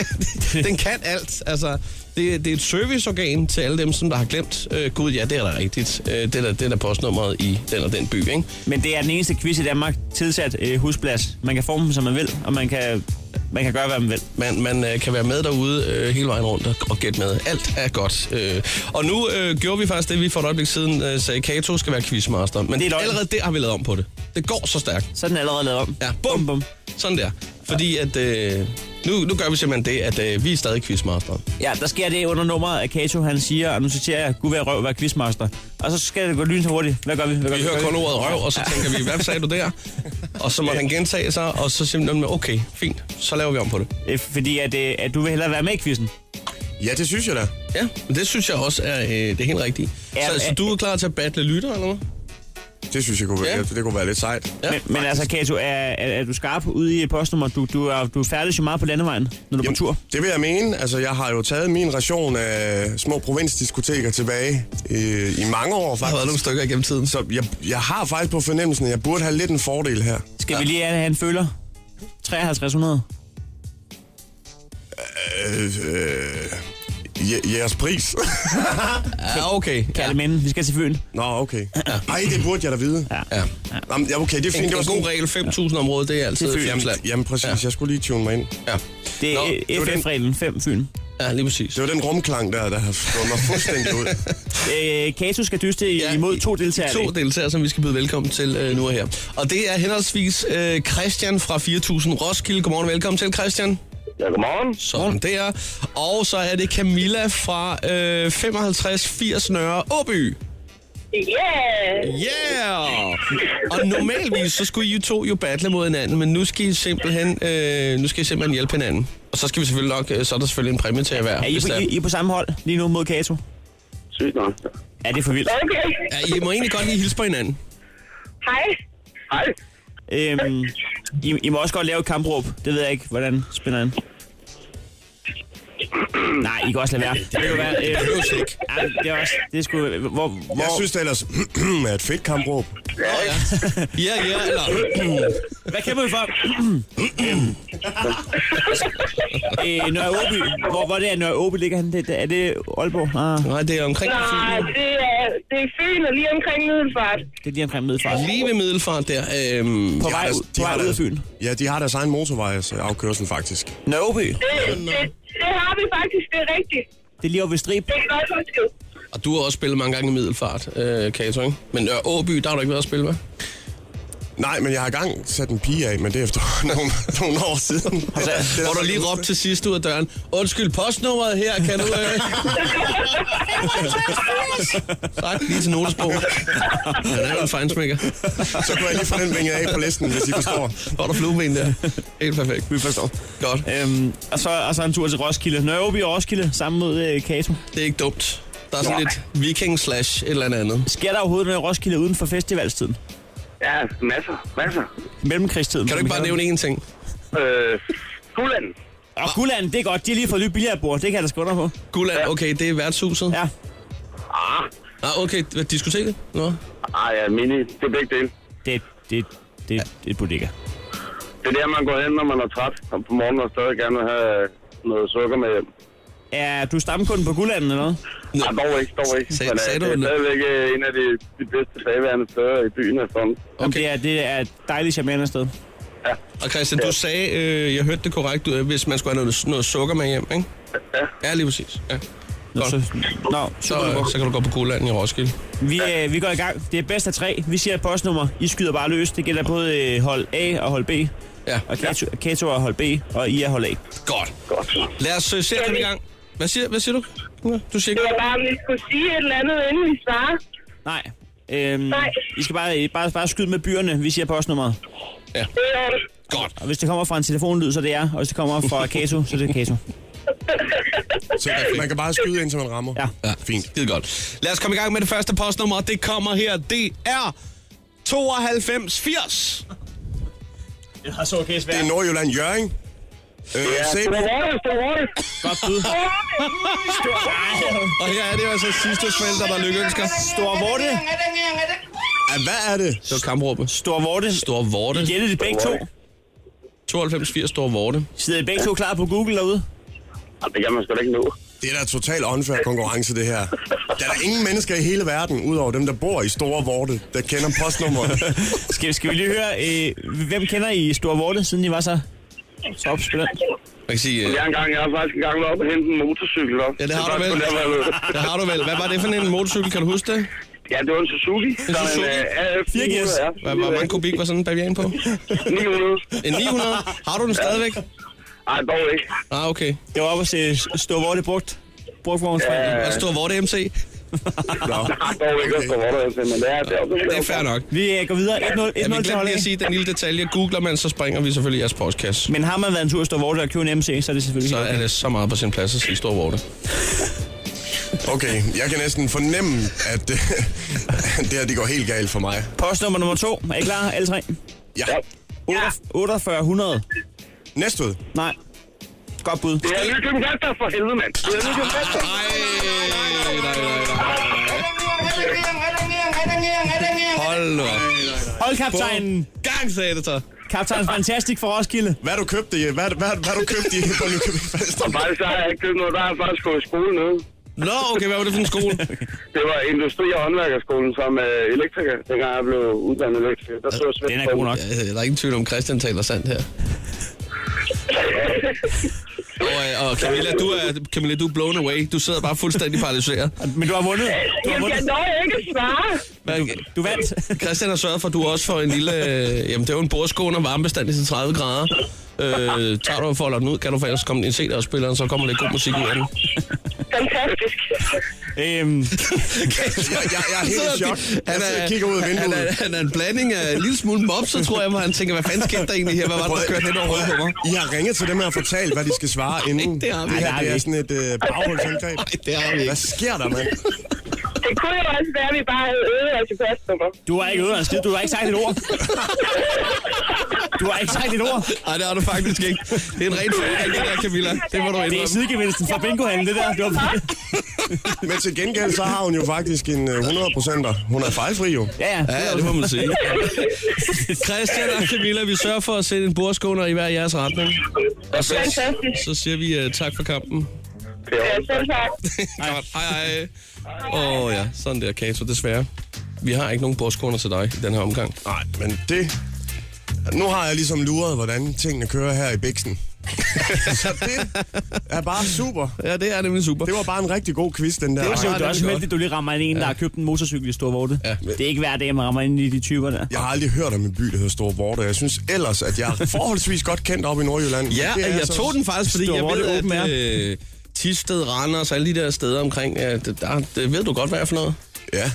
S3: den kan alt. Altså, det, det er et serviceorgan til alle dem, som der har glemt. Øh, gud, ja, det er da rigtigt. Øh, det, er da, det er da postnummeret i den og den by, ikke?
S4: Men det er den eneste quiz i Danmark tilsat øh, husplads. Man kan forme dem, som man vil, og man kan, man kan gøre, hvad man vil.
S3: Man, man øh, kan være med derude øh, hele vejen rundt og, og gætte med. Alt er godt. Øh. Og nu øh, gjorde vi faktisk det, vi for et øjeblik siden øh, sagde, Kato skal være quizmaster. Men
S4: Det er
S3: det
S4: løgn.
S3: allerede der har vi lavet om på det. Det går så stærkt.
S4: Så er den allerede lavet om.
S3: Ja, bum, bum. Sådan der. Fordi at... Øh, nu, nu gør vi simpelthen det, at øh, vi er stadig quizmaster.
S4: Ja, der sker det under nummeret, at Kato han siger, og nu citerer jeg, Gud være røv, være quizmaster. Og så skal det gå lyn så hurtigt. Hvad gør vi? Hvad gør
S3: Vi hører
S4: Hvad gør
S3: kun ordet røv, og så tænker vi, hvad sagde du der? Og så må han gentage sig, og så simpelthen, okay, fint, så laver vi om på det.
S4: Øh, Fordi at, øh, at du vil hellere være med i quizzen.
S6: Ja, det synes jeg da.
S3: Ja, men det synes jeg også er øh, det er helt rigtige.
S4: Ja,
S3: Så, så
S4: ja.
S3: du er klar til at battle lytter, eller hvad?
S6: Det synes jeg kunne være,
S3: Ja.
S6: ja. det kunne være lidt sejt.
S3: Ja,
S4: Men, men altså, Kato, er, er, er du skarp ude i postnummer? Du, du, er, du færdes jo meget på landevejen, når du er på tur.
S6: Det vil jeg mene. Altså, jeg har jo taget min ration af små provinsdiskoteker tilbage øh, i mange år,
S3: Der har været nogle
S6: faktisk.
S3: stykker igennem tiden.
S6: Så jeg, jeg har faktisk på fornemmelsen, at jeg burde have lidt en fordel her.
S4: Skal vi lige have en føler? 5300.
S6: Øh, øh, je- jeres pris.
S3: Ja, okay.
S4: Ja. Vi skal til Fyn.
S6: Nå, okay. Ej, det burde jeg da vide. Ja.
S3: Ja.
S6: Jamen, ja, okay, det er fint.
S3: En,
S6: det var
S3: en
S6: sådan-
S3: god regel, 5.000 område, det er altid
S4: Selvfølgelig.
S3: Fjeldsland.
S6: Jamen, jamen, præcis. Jeg skulle lige tune mig ind.
S3: Ja.
S4: Det
S3: Nå,
S6: det
S4: er
S6: var den-
S4: FF-reglen 5 Fyn.
S3: ja, lige præcis.
S6: Det var den rumklang der, der har slået mig fuldstændig ud.
S4: Øh, Kato skal dyste ja, imod to deltagere.
S3: To
S4: To.
S3: deltagere, som vi skal byde velkommen til øh, nu og her. Og det er henholdsvis øh, Christian fra 4000 Roskilde. Godmorgen, velkommen til Christian.
S8: Ja, godmorgen.
S3: Sådan der. Og så er det Camilla fra øh, 5580 Nørre Åby.
S7: Yeah!
S3: Yeah! Og normalvis så skulle I to jo battle mod hinanden, men nu skal I simpelthen, øh, nu skal I simpelthen hjælpe hinanden. Og så skal vi selvfølgelig nok, øh, så er der selvfølgelig en præmie til jer hver.
S4: Er I,
S3: hvis der
S4: på, I, I er på samme hold lige nu mod Kato?
S8: Sygt nok.
S4: Ja, det er for vildt.
S9: Okay.
S3: Ja, I må egentlig godt lige hilse på hinanden.
S9: Hej.
S8: Hej.
S4: Øhm, I, I må også godt lave et kampråb. Det ved jeg ikke, hvordan spænder han. Nej, I kan også lade være. Det kan være. Øh,
S3: behøves ikke.
S4: ja, det er også... Det er sgu... Hvor, hvor,
S6: Jeg synes det ellers er et fedt kampråb.
S3: Ja, ja, eller...
S4: Hvad kæmper vi for? Øh, Nørre Åby, hvor, hvor det er Nørre Åby ligger han? Det, det- er det Aalborg? Ah,
S3: Nej, det er omkring
S7: Nej,
S3: Fyn.
S7: Ah, det er, det er Fyn og lige omkring Middelfart.
S4: det er lige omkring Middelfart.
S3: Lige ved Middelfart der. Øhm,
S4: På
S6: De har
S4: vej,
S6: deres-
S4: ud-
S6: Altså, de
S4: på vej
S6: har
S4: ud af
S6: deres-
S4: Fyn.
S6: Ja, de har deres egen motorvejsafkørsel faktisk.
S4: Nørre Åby,
S7: Det, det, det har vi faktisk, det er rigtigt.
S4: det er lige oppe ved Strib.
S7: Det er godt forsket.
S3: og du har også spillet mange gange i Middelfart, øh, Kato, ikke? Men Nørre Åby, der har du ikke været at spille, hvad?
S6: Nej, men jeg har i gang sat en pige af, men det er efter nogle, nogle år siden. Det er
S3: Altså, Hvor du lige råbte til sidst ud af døren, undskyld postnummeret her, kan du... Øh? tak, lige til notesbog. Han er jo en fejnsmækker.
S6: Så kunne jeg lige få den vinget af på listen, hvis I forstår.
S3: Hvor er der flueben der? Helt perfekt.
S4: Vi forstår.
S3: Godt.
S4: Øhm, og, så, og så en tur til Roskilde. Nørre Åby og Roskilde sammen mod øh, Kato.
S3: Det er ikke dumt. Der er sådan lidt viking slash et eller andet andet.
S4: Sker der overhovedet noget i Roskilde uden for festivalstiden?
S8: Ja, masser, masser.
S4: Mellemkrigstiden.
S3: Kan du ikke bare nævne én ting?
S8: Øh, Gullanden.
S4: Og Gulland, det er godt. De har lige fået nyt billardbord. Det kan jeg da skrive på.
S3: Guland, okay, det er værtshuset.
S4: Ja.
S8: Ah,
S3: Ah, okay, hvad, diskoteket? Nå.
S8: ah ja, mini. Det er begge dele.
S4: Det, det, det, det er et bodega.
S8: Det er der, man går hen, når man er træt, og på morgenen og stadig gerne vil have noget sukker med hjem.
S4: Er du stamkunden på Gullanden eller noget?
S8: Nej, dog ikke, dog ikke.
S3: Sag-
S8: Men, øh,
S3: sagde du
S8: det er
S3: noget?
S8: stadigvæk øh, en af de, de bedste dagværende steder i byen efterhånden.
S4: Jamen, Det
S3: Okay.
S4: er, det er et dejligt charmerende sted.
S3: Og Christian, du sagde, øh, jeg hørte det korrekt, øh, hvis man skulle have noget, noget sukker med hjem, ikke?
S8: Ja.
S3: Ja, lige præcis. Ja.
S4: Nå,
S3: Godt.
S4: så, nå
S3: Så, øh,
S4: super.
S3: så kan du gå på Guland i Roskilde.
S4: Vi, øh, vi går i gang. Det er bedst af tre. Vi siger et postnummer. I skyder bare løs. Det gælder både øh, hold A og hold B.
S3: Ja,
S4: Og Kato, Kato er hold B, og I er hold A.
S3: godt.
S8: Godt.
S3: Lad os øh, se at komme i gang. Hvad siger, hvad siger du? Camilla? Du siger
S7: Det
S3: ikke?
S7: var bare, om vi skulle sige et eller andet, inden vi svarer.
S4: Nej. Øhm,
S7: Nej.
S4: I skal bare, bare, bare skyde med byerne. Vi siger postnummeret.
S7: Det er det.
S3: Godt.
S4: Og hvis det kommer fra en telefonlyd, så er det er. Og hvis det kommer fra Kato, så er det Kato.
S6: Så man kan bare skyde ind, til man rammer.
S4: Ja.
S3: Ja,
S6: Fint.
S3: Skide godt. Lad os komme i gang med det første postnummer, og det kommer her. Det er 9280.
S4: Jeg har så okay
S6: Det er
S4: svært.
S6: Nordjylland Jørgen. Øh, se,
S8: Stort, stort.
S4: Godt bud.
S3: Og her er det jo altså sidste forældre, der lykkeønsker.
S4: Stor vorte.
S6: ja, hvad er det?
S3: Det var kampråbe.
S4: Stor vorte.
S3: Stor Vorte.
S4: Gætter det begge to?
S3: 9280 Stor Vorte.
S4: Sidder I begge to klar på Google derude?
S8: Det kan man sgu da ikke nå.
S6: Det er da totalt unfair konkurrence, det her. Der er der ingen mennesker i hele verden, udover dem, der bor i Store Vorte, der kender postnummeret.
S4: Skal, skal vi lige høre, øh, hvem kender I Stor Vorte, siden I var så topspillet?
S3: Man kan sige, øh,
S8: Jeg, er engang, jeg har faktisk engang været op og hente en motorcykel op.
S3: Ja, det har
S8: var
S3: du vel.
S8: sgu der, hvor jeg ved.
S3: der har du vel. Hvad var det for en motorcykel? Kan du huske det?
S8: Ja, det var en Suzuki.
S3: En
S8: Sådan
S3: Suzuki?
S8: øh, AF 900,
S4: Firgears.
S8: ja.
S3: Hvad, hvor mange kubik var sådan en bavian på?
S8: 900.
S3: En 900? Har du den stadigvæk?
S8: Ej, dog ikke.
S3: Ah, okay.
S4: Jeg var oppe og se Stor Vorte brugt. Brugt
S3: Og Stor Vorte MC?
S6: Nå.
S8: Nej, dog
S6: Okay.
S8: ikke. Okay. Hvor der,
S7: altså,
S8: men det er det. Er,
S3: Det er fair nok.
S4: Vi øh, går videre. 1-0
S3: Ja, vi
S4: 1-0 til
S3: glemte
S4: hold
S3: lige
S4: A.
S3: at sige den lille detalje. Googler man, så springer vi selvfølgelig jeres postkasse.
S4: Men har man været en tur i Stor Vorte og købt en MC, så er det selvfølgelig
S3: Så er det så meget på sin plads at sige Stor Vorte.
S6: Okay, jeg kan næsten fornemme, at det, det her det går helt galt for mig.
S4: Postnummer nummer to. Er I klar, alle tre?
S6: Ja.
S4: 48 100.
S6: Næste ud.
S4: Nej. Godt bud.
S8: det er Nykøbing Falster for helvede, mand. Det er Nykøbing Falster.
S3: Ej, nej, nej, nej. Hold nu op.
S4: Hold kaptajnen.
S3: Gang sagde det så.
S4: Kaptajn Fantastic for Roskilde.
S6: Hvad har du købt det? Hvad, hvad, hvad har du købt det på Nykøbing Falster?
S8: Og faktisk så har jeg ikke købt noget. Der har jeg faktisk gået i skole nu.
S3: Nå, okay, hvad var det for en skole?
S8: Det var Industri- og Håndværkerskolen som øh, elektriker, dengang jeg blev uddannet elektriker. Der stod Svend
S4: Den er god nok.
S3: Øh, Der er ingen tvivl om, Christian taler sandt her. Og, øh, og Camilla, du er, Camilla, du er blown away. Du sidder bare fuldstændig paralyseret.
S4: Men du har vundet. Du har
S7: Jamen, jeg
S4: vundet.
S7: når ikke at svare.
S3: Hvad-
S4: Du vandt.
S3: Christian har sørget for, at du også får en lille... Øh, jamen, det er jo en bordskåne og varmebestandig til 30 grader. Øh, tager du og folder den ud, kan du for ellers komme din CD-afspilleren, så kommer lidt god musik ud af den.
S7: Fantastisk.
S4: Øhm,
S6: Jeg, jeg, jeg er helt i chok. Jeg sidder og kigger ud af
S3: Han
S6: vinduet.
S3: er, han er en blanding af en lille smule mob, så tror jeg, hvor han tænker, hvad fanden skete der egentlig her? Hvad var det, der kørte hen over hovedet på mig?
S6: I har ringet til dem her og fortalt, hvad de skal svare inden.
S3: det har vi.
S6: Det
S4: Nej,
S6: her
S4: det
S6: det
S4: har
S6: er
S4: vi
S6: sådan et øh, bagholdsangreb.
S3: Nej, det har vi
S6: Hvad
S3: ikke.
S6: sker der, mand?
S7: Det kunne jo også være, at vi bare havde øvet os i postnummer.
S4: du har ikke øvet en skid. Du har ikke sagt et ord. Du har ikke sagt et ord.
S3: Nej, det har du faktisk ikke. Det er en ren fordring, det der, Camilla. Det må du
S4: Det er
S3: indrømme.
S4: sidegevinsten fra bingohallen, det der. Du har...
S6: Men til gengæld, så har hun jo faktisk en øh, 100%'er. Hun er fejlfri jo.
S4: Ja, ja.
S3: Ja, det må man sige. Christian og Camilla, vi sørger for at sætte en bordskåner i hver jeres retning. Og så,
S7: Fantastisk.
S3: så siger vi uh, tak for kampen.
S7: Ja, selv tak.
S3: Godt. Hej, hej. Åh oh, ja, sådan der, Kato, desværre. Vi har ikke nogen bordskåner til dig i den her omgang.
S6: Nej, men det... Nu har jeg ligesom luret, hvordan tingene kører her i Bæksen. så det er bare super.
S3: Ja, det er nemlig super.
S6: Det var bare en rigtig god quiz, den der.
S4: Det var
S3: Ja,
S4: sjovt,
S3: det er
S4: det er også
S3: godt.
S4: heldigt, at du lige rammer ind i en, der har købt en motorcykel i Storvorte.
S3: Ja.
S4: Det er ikke hver dag, man rammer ind i de typer der.
S6: Jeg har aldrig hørt om en by, der hedder Store Borte. Jeg synes ellers, at jeg er forholdsvis godt kendt op i Nordjylland.
S3: Ja,
S6: Det er altså
S3: jeg
S6: så-
S3: tog den faktisk, fordi
S4: Stor
S3: jeg ved,
S4: Vorte Open
S3: at øh, Tisted, Randers og alle de der steder omkring, ja, det, der, det ved du godt, hvad er for noget.
S6: Ja.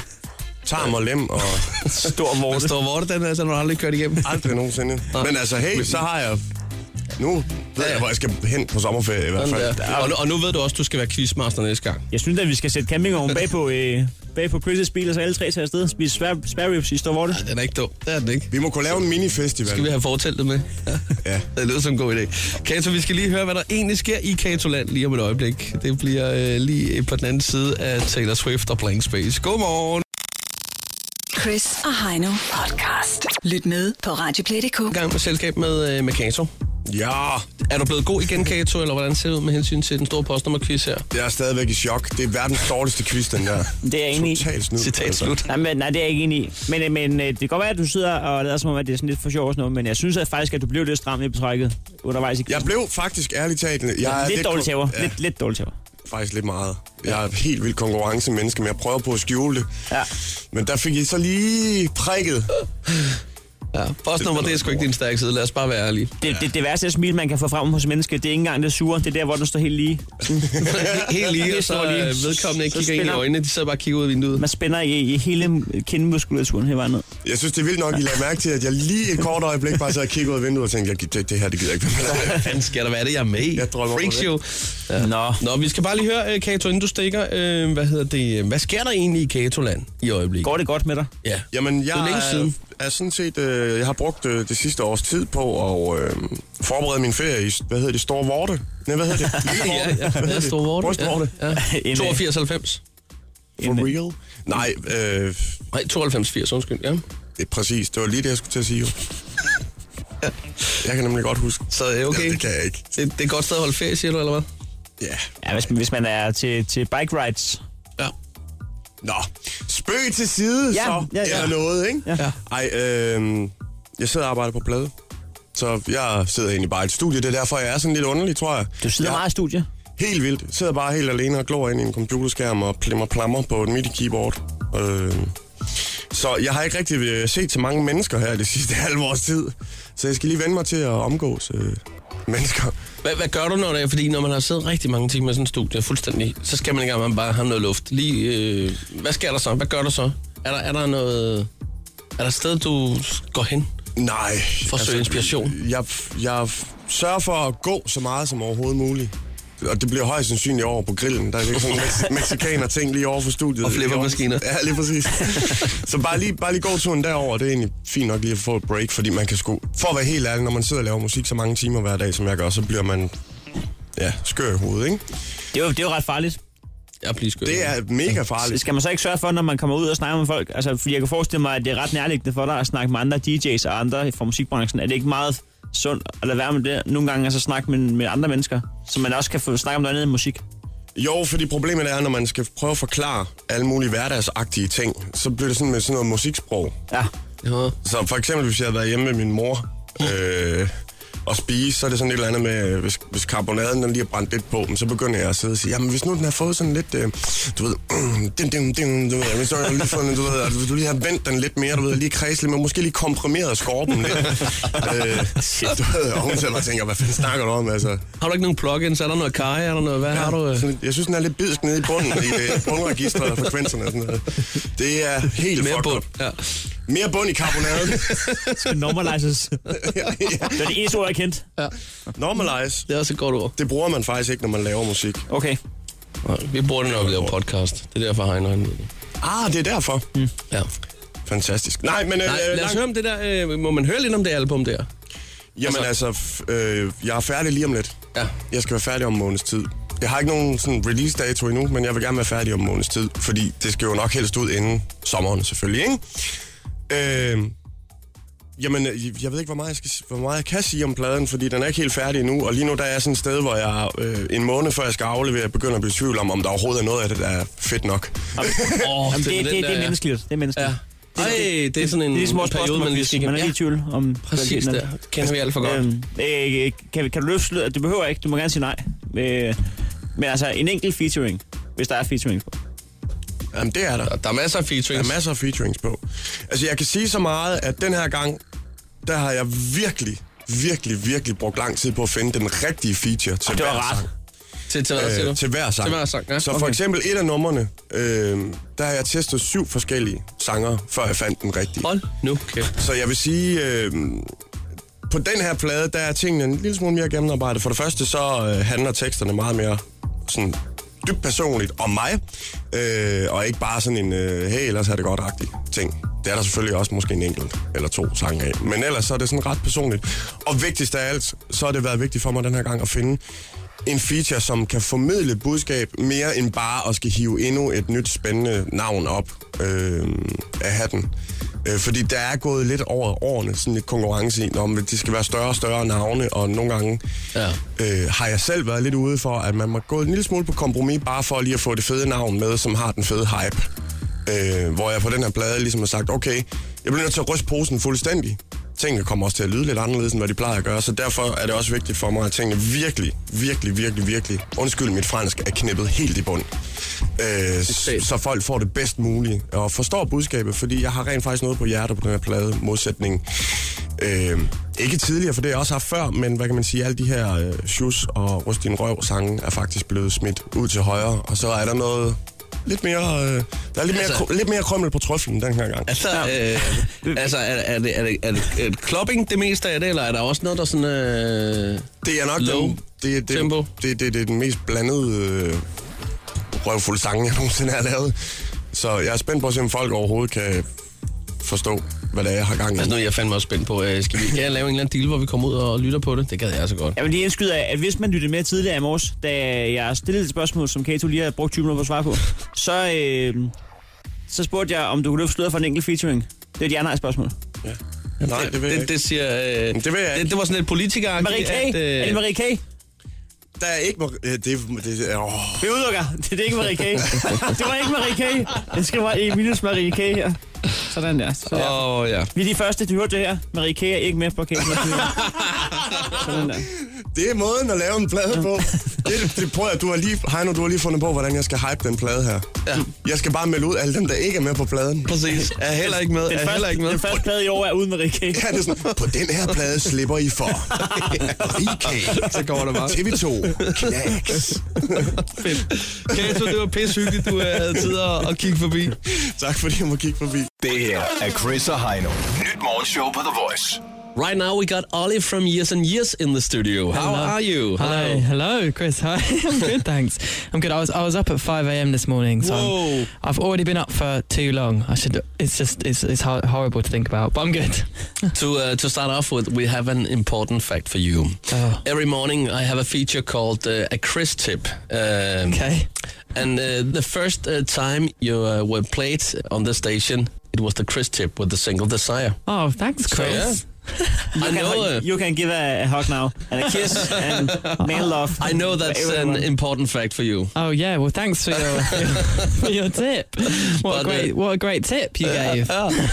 S6: Tarm og lem og
S4: Stor
S3: Man står vorte, den er, så har du aldrig kørt igennem.
S6: aldrig nogensinde.
S3: Nej.
S6: Men altså, hey, så har jeg... Nu ved jeg, hvor jeg skal hen på sommerferie i hvert
S3: Sådan
S6: fald.
S3: der. Og, nu- og nu ved du også, at du skal være quizmaster næste gang.
S4: Jeg synes, at vi skal sætte campingvognen bag på, øh, bag på Chris' bil, og så alle tre tager afsted og spise spare, spare ribs i Storvorte.
S3: Den er ikke dum. Det er den ikke.
S6: Vi må kunne lave en mini-festival.
S3: Skal vi have forteltet med?
S6: Ja.
S3: Det lyder som en god idé. Kato, vi skal lige høre, hvad der egentlig sker i Katoland lige om et øjeblik. Det bliver øh, lige på den anden side af Taylor Swift og Blank Space. Godmorgen.
S2: Chris og Heino podcast. Lyt med på Radioplay.dk.
S3: I gang med selskab med, øh, med Kato.
S6: Ja,
S3: Er du blevet god igen, Kato, eller hvordan ser det ud med hensyn til den store postnummerquiz her?
S6: jeg er stadigvæk i chok. Det er verdens dårligste quiz, den der.
S4: Det er jeg enig i.
S6: Totalt snud.
S3: Citat
S6: altså.
S3: slut.
S4: Nej, men, nej, det er jeg ikke enig i. Men, øh, men øh, det kan godt være, at du sidder og lader som om, at det er sådan lidt for sjov og sådan noget, men jeg synes at faktisk, at du blev lidt stram i betrækket undervejs i
S6: Jeg
S4: quizzen.
S6: blev faktisk ærligt talt... Jeg er
S4: Lidt dårlig tæver.
S6: Ja,
S4: Lidt, lidt dårlig tæver.
S6: faktisk lidt meget. Jeg er helt vildt konkurrencemenneske, men jeg prøver på at skjule det.
S4: Ja.
S6: Men der fik jeg så lige prikket.
S3: Ja, postnummer, det er sgu ikke din stærke side. Lad os bare være ærlige.
S4: Det, det, det værste smil, man kan få frem hos mennesker, det er ikke engang det sure. Det er der, hvor den står helt lige.
S3: Helt lige, og
S4: Helt
S3: så
S4: stor lige.
S3: øh, vedkommende ikke kigger ind
S4: Så
S3: i
S4: spiller-
S3: øjnene. De sidder bare og kigger ud af vinduet.
S4: Man spænder i, i hele kindmuskulaturen hele vejen ned.
S6: Jeg synes, det er vildt nok, I lagde mærke til, at jeg lige et kort øjeblik bare sad og kiggede ud af vinduet og tænkte, jeg, det, det her, det gider jeg ikke.
S3: Hvad fanden sker der? Hvad er det, jeg er med i?
S6: Jeg drømmer om
S3: Freak
S6: det.
S3: show. Ja.
S4: Nå.
S3: Nå, vi skal bare lige høre, øh, Kato, inden du stikker. Øh, hvad hedder det? Hvad sker der egentlig i Katoland i øjeblikket?
S4: Går det godt med dig?
S3: Ja.
S6: Jamen,
S3: Det er
S6: jeg
S3: længe
S6: er,
S3: siden.
S6: er sådan set, øh, jeg har brugt øh, det sidste års tid på at øh, forberede min ferie i, hvad hedder det, Store Vorte? Nej, hvad hedder det? Lille Vorte?
S3: Ja,
S6: Hvad hedder
S3: ja.
S6: det?
S3: Stor vorte.
S6: Brystvorte?
S3: Ja.
S4: En,
S3: ja.
S4: øh,
S3: 82, 90.
S6: For real? Nej, øh,
S3: Nej, 92, 80, undskyld. Ja.
S6: det er præcis. Det var lige det, jeg skulle til at sige. Jo. Jeg kan nemlig godt huske.
S3: Så øh, okay.
S6: Ja, det kan jeg ikke.
S3: Det, det er et godt sted at holde ferie, siger du, eller hvad?
S6: Ja.
S4: Ja, hvis, hvis man er til, til bike rides.
S3: Ja.
S6: Nå, spøg til side,
S4: Ja,
S6: så.
S4: ja, ja.
S6: Eller noget, ikke?
S4: Ja.
S6: Ej, øh, jeg sidder og arbejder på plade. Så jeg sidder egentlig bare i et studie. Det er derfor, jeg er sådan lidt underlig, tror jeg.
S4: Du sidder
S6: jeg,
S4: meget i studiet.
S6: Helt vildt. Jeg sidder bare helt alene og glor ind i en computerskærm og plimmer plammer på et MIDI-keyboard. Øh, så jeg har ikke rigtig øh, set så mange mennesker her det sidste halve års tid. Så jeg skal lige vende mig til at omgås øh, mennesker.
S3: Hvad, hvad gør du, når det er? Fordi når man har siddet rigtig mange timer i sådan en studie, fuldstændig, så skal man ikke engang bare have noget luft. Lige, øh, hvad sker der så? Hvad gør du så? Er der, er der noget... Er der et sted, du går hen?
S6: Nej. Altså,
S3: For at søge inspiration.
S6: Jeg, jeg sørger for at gå så meget som overhovedet muligt. Og det bliver højst sandsynligt over på grillen. Der er virkelig sådan en mexikaner ting lige over for studiet.
S3: Og flippermaskiner.
S6: Ja, lige præcis. så bare lige, bare lige gå turen derover. Det er egentlig fint nok lige at få et break, fordi man kan sgu... For at være helt ærlig, når man sidder og laver musik så mange timer hver dag, som jeg gør, så bliver man ja, skør i hovedet, ikke?
S4: Det er jo, det er jo ret farligt.
S3: Jeg bliver skørt.
S6: Det er mega farligt.
S4: Skal man så ikke sørge for, når man kommer ud og snakker med folk? Altså, fordi jeg kan forestille mig, at det er ret nærliggende for dig at snakke med andre DJ's og andre fra musikbranchen. Er det ikke meget sundt at lade være med det? Nogle gange altså snakke med, med andre mennesker, så man også kan få snakke om noget andet end musik.
S6: Jo, fordi problemet er, når man skal prøve at forklare alle mulige hverdagsagtige ting, så bliver det sådan med sådan noget musiksprog.
S4: Ja,
S3: Ja.
S6: Så for eksempel, hvis jeg havde været hjemme med min mor øh, og spise, så er det sådan et eller andet med, øh, hvis, hvis karbonaden den lige er brændt lidt på, men så begynder jeg at sidde og sige, jamen hvis nu den har fået sådan lidt, øh, du ved, ding, ding, ding, du ved, hvis du har lige fået den, du ved, at hvis du lige har vendt den lidt mere, du ved, lige kredse lidt, men måske lige komprimeret og skorpe den lidt. øh, du ved, og hun sidder bare og tænker, hvad fanden snakker du om, altså?
S3: Har du ikke nogen plugins? Er der noget kaj? Er der noget? Hvad har du? øh?
S6: Sådan, jeg synes, den er lidt bidsk nede i bunden, i øh, bundregistret og frekvenserne og sådan noget. Det er helt
S3: Mere
S6: fucked
S3: bund.
S6: up.
S3: Ja.
S6: Mere bund i karbonaden.
S4: skal normalizes. det er det eneste ord, jeg kendte.
S6: Normalize.
S3: Det er også et godt ord.
S6: Det bruger man faktisk ikke, når man laver musik.
S4: Okay.
S3: Vi bruger det, når vi laver podcast. Det er derfor, Heino han ved det.
S6: Ah, det er derfor. Mm.
S3: Ja.
S6: Fantastisk. Nej, men...
S3: Nej,
S6: øh,
S3: lad os
S6: langt-
S3: høre om det der. Øh, må man høre lidt om det album der?
S6: Jamen altså, f- øh, jeg er færdig lige om lidt.
S3: Ja.
S6: Jeg skal være færdig om en måneds tid. Jeg har ikke nogen sådan release dato endnu, men jeg vil gerne være færdig om en måneds tid, fordi det skal jo nok helst ud inden sommeren selvfølgelig, ikke? Øh, jamen, øh, jeg, jeg ved ikke, hvor meget jeg, skal, hvor meget jeg kan sige om pladen, fordi den er ikke helt færdig endnu, og lige nu der er jeg sådan et sted, hvor jeg øh, en måned før jeg skal aflevere, begynder at blive i tvivl om, om der overhovedet er noget af det, der er fedt nok.
S3: Oh,
S4: Jamen, det, det, det, er menneskeligt. Det er menneskeligt.
S3: Ja. Ej, det er sådan en
S4: Det er ligesom
S3: en
S4: også
S3: periode, man lige skal
S4: Man er lige i
S3: igennem.
S4: tvivl om...
S3: Præcis
S4: kvaliteten af
S3: der.
S4: det.
S3: Kender vi alt for godt.
S4: Øhm, øh, kan, kan du løfte sløret? Du behøver ikke. Du må gerne sige nej. Øh, men altså, en enkelt featuring, hvis der er featuring på.
S6: Jamen, det er der.
S3: Der er masser af featurings.
S6: Der er masser af featurings på. Altså, jeg kan sige så meget, at den her gang, der har jeg virkelig, virkelig, virkelig brugt lang tid på at finde den rigtige feature til
S3: Ah,
S4: det var
S6: hver
S4: ret.
S6: sang.
S3: Til, til hvad, siger du?
S6: Øh, til hver sang.
S3: Til hver sang, ja.
S6: Så for
S3: Okay.
S6: eksempel et af numrene, øh, der har jeg testet syv forskellige sanger, før jeg fandt den rigtige.
S3: Hold nu kæft.
S6: Så jeg vil sige, øh, på den her plade, der er tingene en lille smule mere gennemarbejdet. For det første, så øh, handler teksterne meget mere sådan dybt personligt om mig, øh, og ikke bare sådan en, øh, hey, ellers er det godt agtig ting. Det er der selvfølgelig også måske en enkelt eller to sange af. Men ellers så er det sådan ret personligt. Og vigtigst af alt, så har det været vigtigt for mig den her gang at finde en feature, som kan formidle et budskab mere end bare at skal hive endnu et nyt spændende navn op øh, af hatten. Øh, fordi der er gået lidt over årene sådan lidt konkurrence i, om det skal være større og større navne, og nogle gange
S3: Ja.
S6: øh, har jeg selv været lidt ude for, at man må gå en lille smule på kompromis, bare for lige at få det fede navn med, som har den fede hype. Øh, hvor jeg på den her plade ligesom har sagt, okay, jeg bliver nødt til at ryste posen fuldstændig. Tingene kommer også til at lyde lidt anderledes, end hvad de plejer at gøre, så derfor er det også vigtigt for mig, at tingene virkelig, virkelig, virkelig, virkelig, undskyld mit fransk, er knippet helt i bund. Øh, s-
S3: fedt.
S6: så folk får det bedst muligt og forstår budskabet, fordi jeg har rent faktisk noget på hjertet på den her plade, modsætning. Øh, ikke tidligere, for det har jeg også haft før, men hvad kan man sige, alle de her øh, shoes og Rust din røv sange er faktisk blevet smidt ud til højre, og så er der noget lidt mere, øh, der er lidt, mere,
S3: Altså-
S6: kru- lidt mere krømmel på trøffelen den her gang.
S3: Altså, øh, altså er, er, det, er, det, er, det, er det klopping det meste af det, eller er der også noget, der sådan... Øh...
S6: Det er nok
S3: Low
S6: den, det, er- det,
S3: tempo.
S6: Det, det, det er den mest blandede øh, røvfulde sang, jeg nogensinde har lavet. Så jeg er spændt på at se, om folk overhovedet kan forstå, hvad det er, jeg har gang i.
S3: Altså, nu er jeg fandme også spændt på. Øh, skal vi ikke lave en eller anden deal, hvor vi kommer ud og lytter på det? Det gad jeg så godt.
S4: Jeg vil lige indskyde, at hvis man lyttede med tidligere i morges, da jeg stillede et spørgsmål, som Kato lige har brugt 20 minutter på at svare på, så, øh, så spurgte jeg, om du kunne løfte sløret for en enkelt featuring. Det er et ja-nej-spørgsmål.
S6: Nej, det ved jeg
S3: det,
S6: ikke.
S3: det siger... Øh,
S6: Det ved jeg ikke.
S3: det, det var sådan lidt øh, politiker
S4: Marie K. Er det Marie K?
S6: Der er ikke... mar- øh, Det, det, åh,
S4: Vi udelukker. Det, det er ikke Marie K. det var ikke Marie K. Den skriver Emilius Marie K. her. Sådan der. Så der.
S3: Åh, oh, ja.
S4: Vi er de første, du hørte det her. Marie K. er ikke med på K. Sådan der.
S6: det er måden at lave en plade på. Det, det prøver jeg. Du har lige, Heino, du har lige fundet på, hvordan jeg skal hype den plade her.
S3: Ja.
S6: Jeg skal bare melde ud alle dem, der ikke er med på pladen.
S3: Præcis. Er heller ikke med.
S4: Den
S3: Er heller ikke
S4: første,
S3: med.
S4: den første plade i år er uden Marie K.
S6: Ja, det er sådan, på den her plade slipper I for. Rikæ.
S3: Så går det bare.
S6: TV2. Knacks.
S3: Fedt. Kato, det var pissehyggeligt, du øh, havde tid at, at kigge forbi.
S6: Tak fordi jeg må kigge forbi.
S5: Det her er Chris og Heino. Nyt morgenshow på The Voice.
S3: Right now we got Ollie from Years and Years in the studio. How are you?
S9: Hello, hello, Chris. Hi, I'm good, thanks. I'm good. I was I was up at five a.m. this morning, so I'm-
S3: Whoa.
S9: I've already been up for too long. I should. It's just it's it's hor- horrible to think about, but I'm good.
S3: To uh, to start off with, we have an important fact for you.
S9: Oh.
S3: Every morning, I have a feature called uh, a Chris tip. Um,
S9: Okay.
S3: And uh, the first uh, time you uh, were played on the station, it was the Chris tip with the single "Desire."
S9: Oh, thanks,
S3: So, yeah.
S9: Chris.
S3: I know. Uh,
S4: You can give a, a hug now and a kiss and man love.
S3: I know that's
S4: for
S3: an
S4: everyone.
S3: important fact for you.
S9: Uh, Oh yeah. Well, thanks for your for your tip. What
S3: But, uh,
S9: a great what a great tip you gave.
S3: Ah.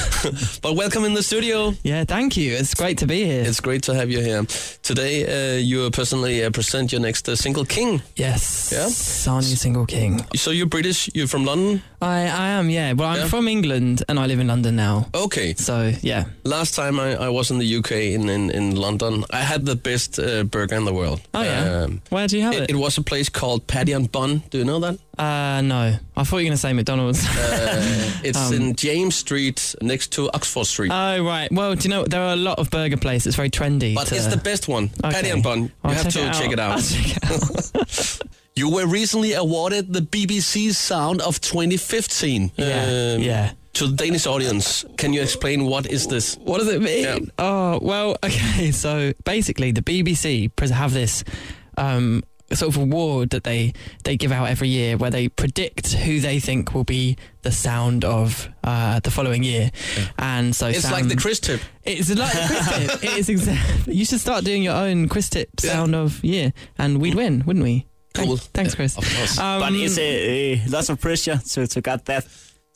S3: But welcome in the studio.
S9: Yeah, thank you. It's great to be here.
S3: It's great to have you here today. Uh, you personally uh, present your next uh, single, "King."
S9: Yes.
S3: Yeah.
S9: Our new single king.
S3: So you're British. You're from London.
S9: I I am. Yeah. Well, I'm
S3: Yeah.
S9: from England and I live in London now.
S3: Okay.
S9: So yeah.
S3: Last time I, I was in the UK in, in, in London, I had the best uh, burger in the world.
S9: Oh yeah.
S3: Um,
S9: Where do you have
S3: it, it was a place called Paddy and Bun. Do you know that?
S9: Uh, no. I thought you were going to say McDonald's.
S3: Uh, It's in James Street next to Oxford Street.
S4: Uh,
S9: oh, right. Well, do you know, there are a lot of burger places. It's very trendy.
S3: but
S9: to-
S4: uh,
S3: it's the best one. Paddy
S9: Okay.
S3: and Bun. You
S9: I'll
S3: have to check it
S9: I'll
S3: out.
S9: check it out.
S3: You were recently awarded the BBC Sound of 2015.
S9: yeah.
S3: Um,
S9: yeah.
S3: to the Danish audience, can you explain what is this?
S4: What does it mean?
S3: Yeah.
S4: Oh, well, okay. So basically, the BBC pres- have this um, sort of award that they, they give out every year where they predict who they think will be the sound of uh, the following year. And so
S3: It's
S4: Sam-
S3: like the Chris tip.
S4: It's like the quiz tip. It is exactly. You should start doing your own quiz tip
S3: Yeah.
S4: sound of year, and we'd win, wouldn't we? Thank-
S3: Cool.
S4: Thanks, Chris.
S3: Of course.
S4: Um,
S9: but it's a, a øh, lots of pressure to, to get that.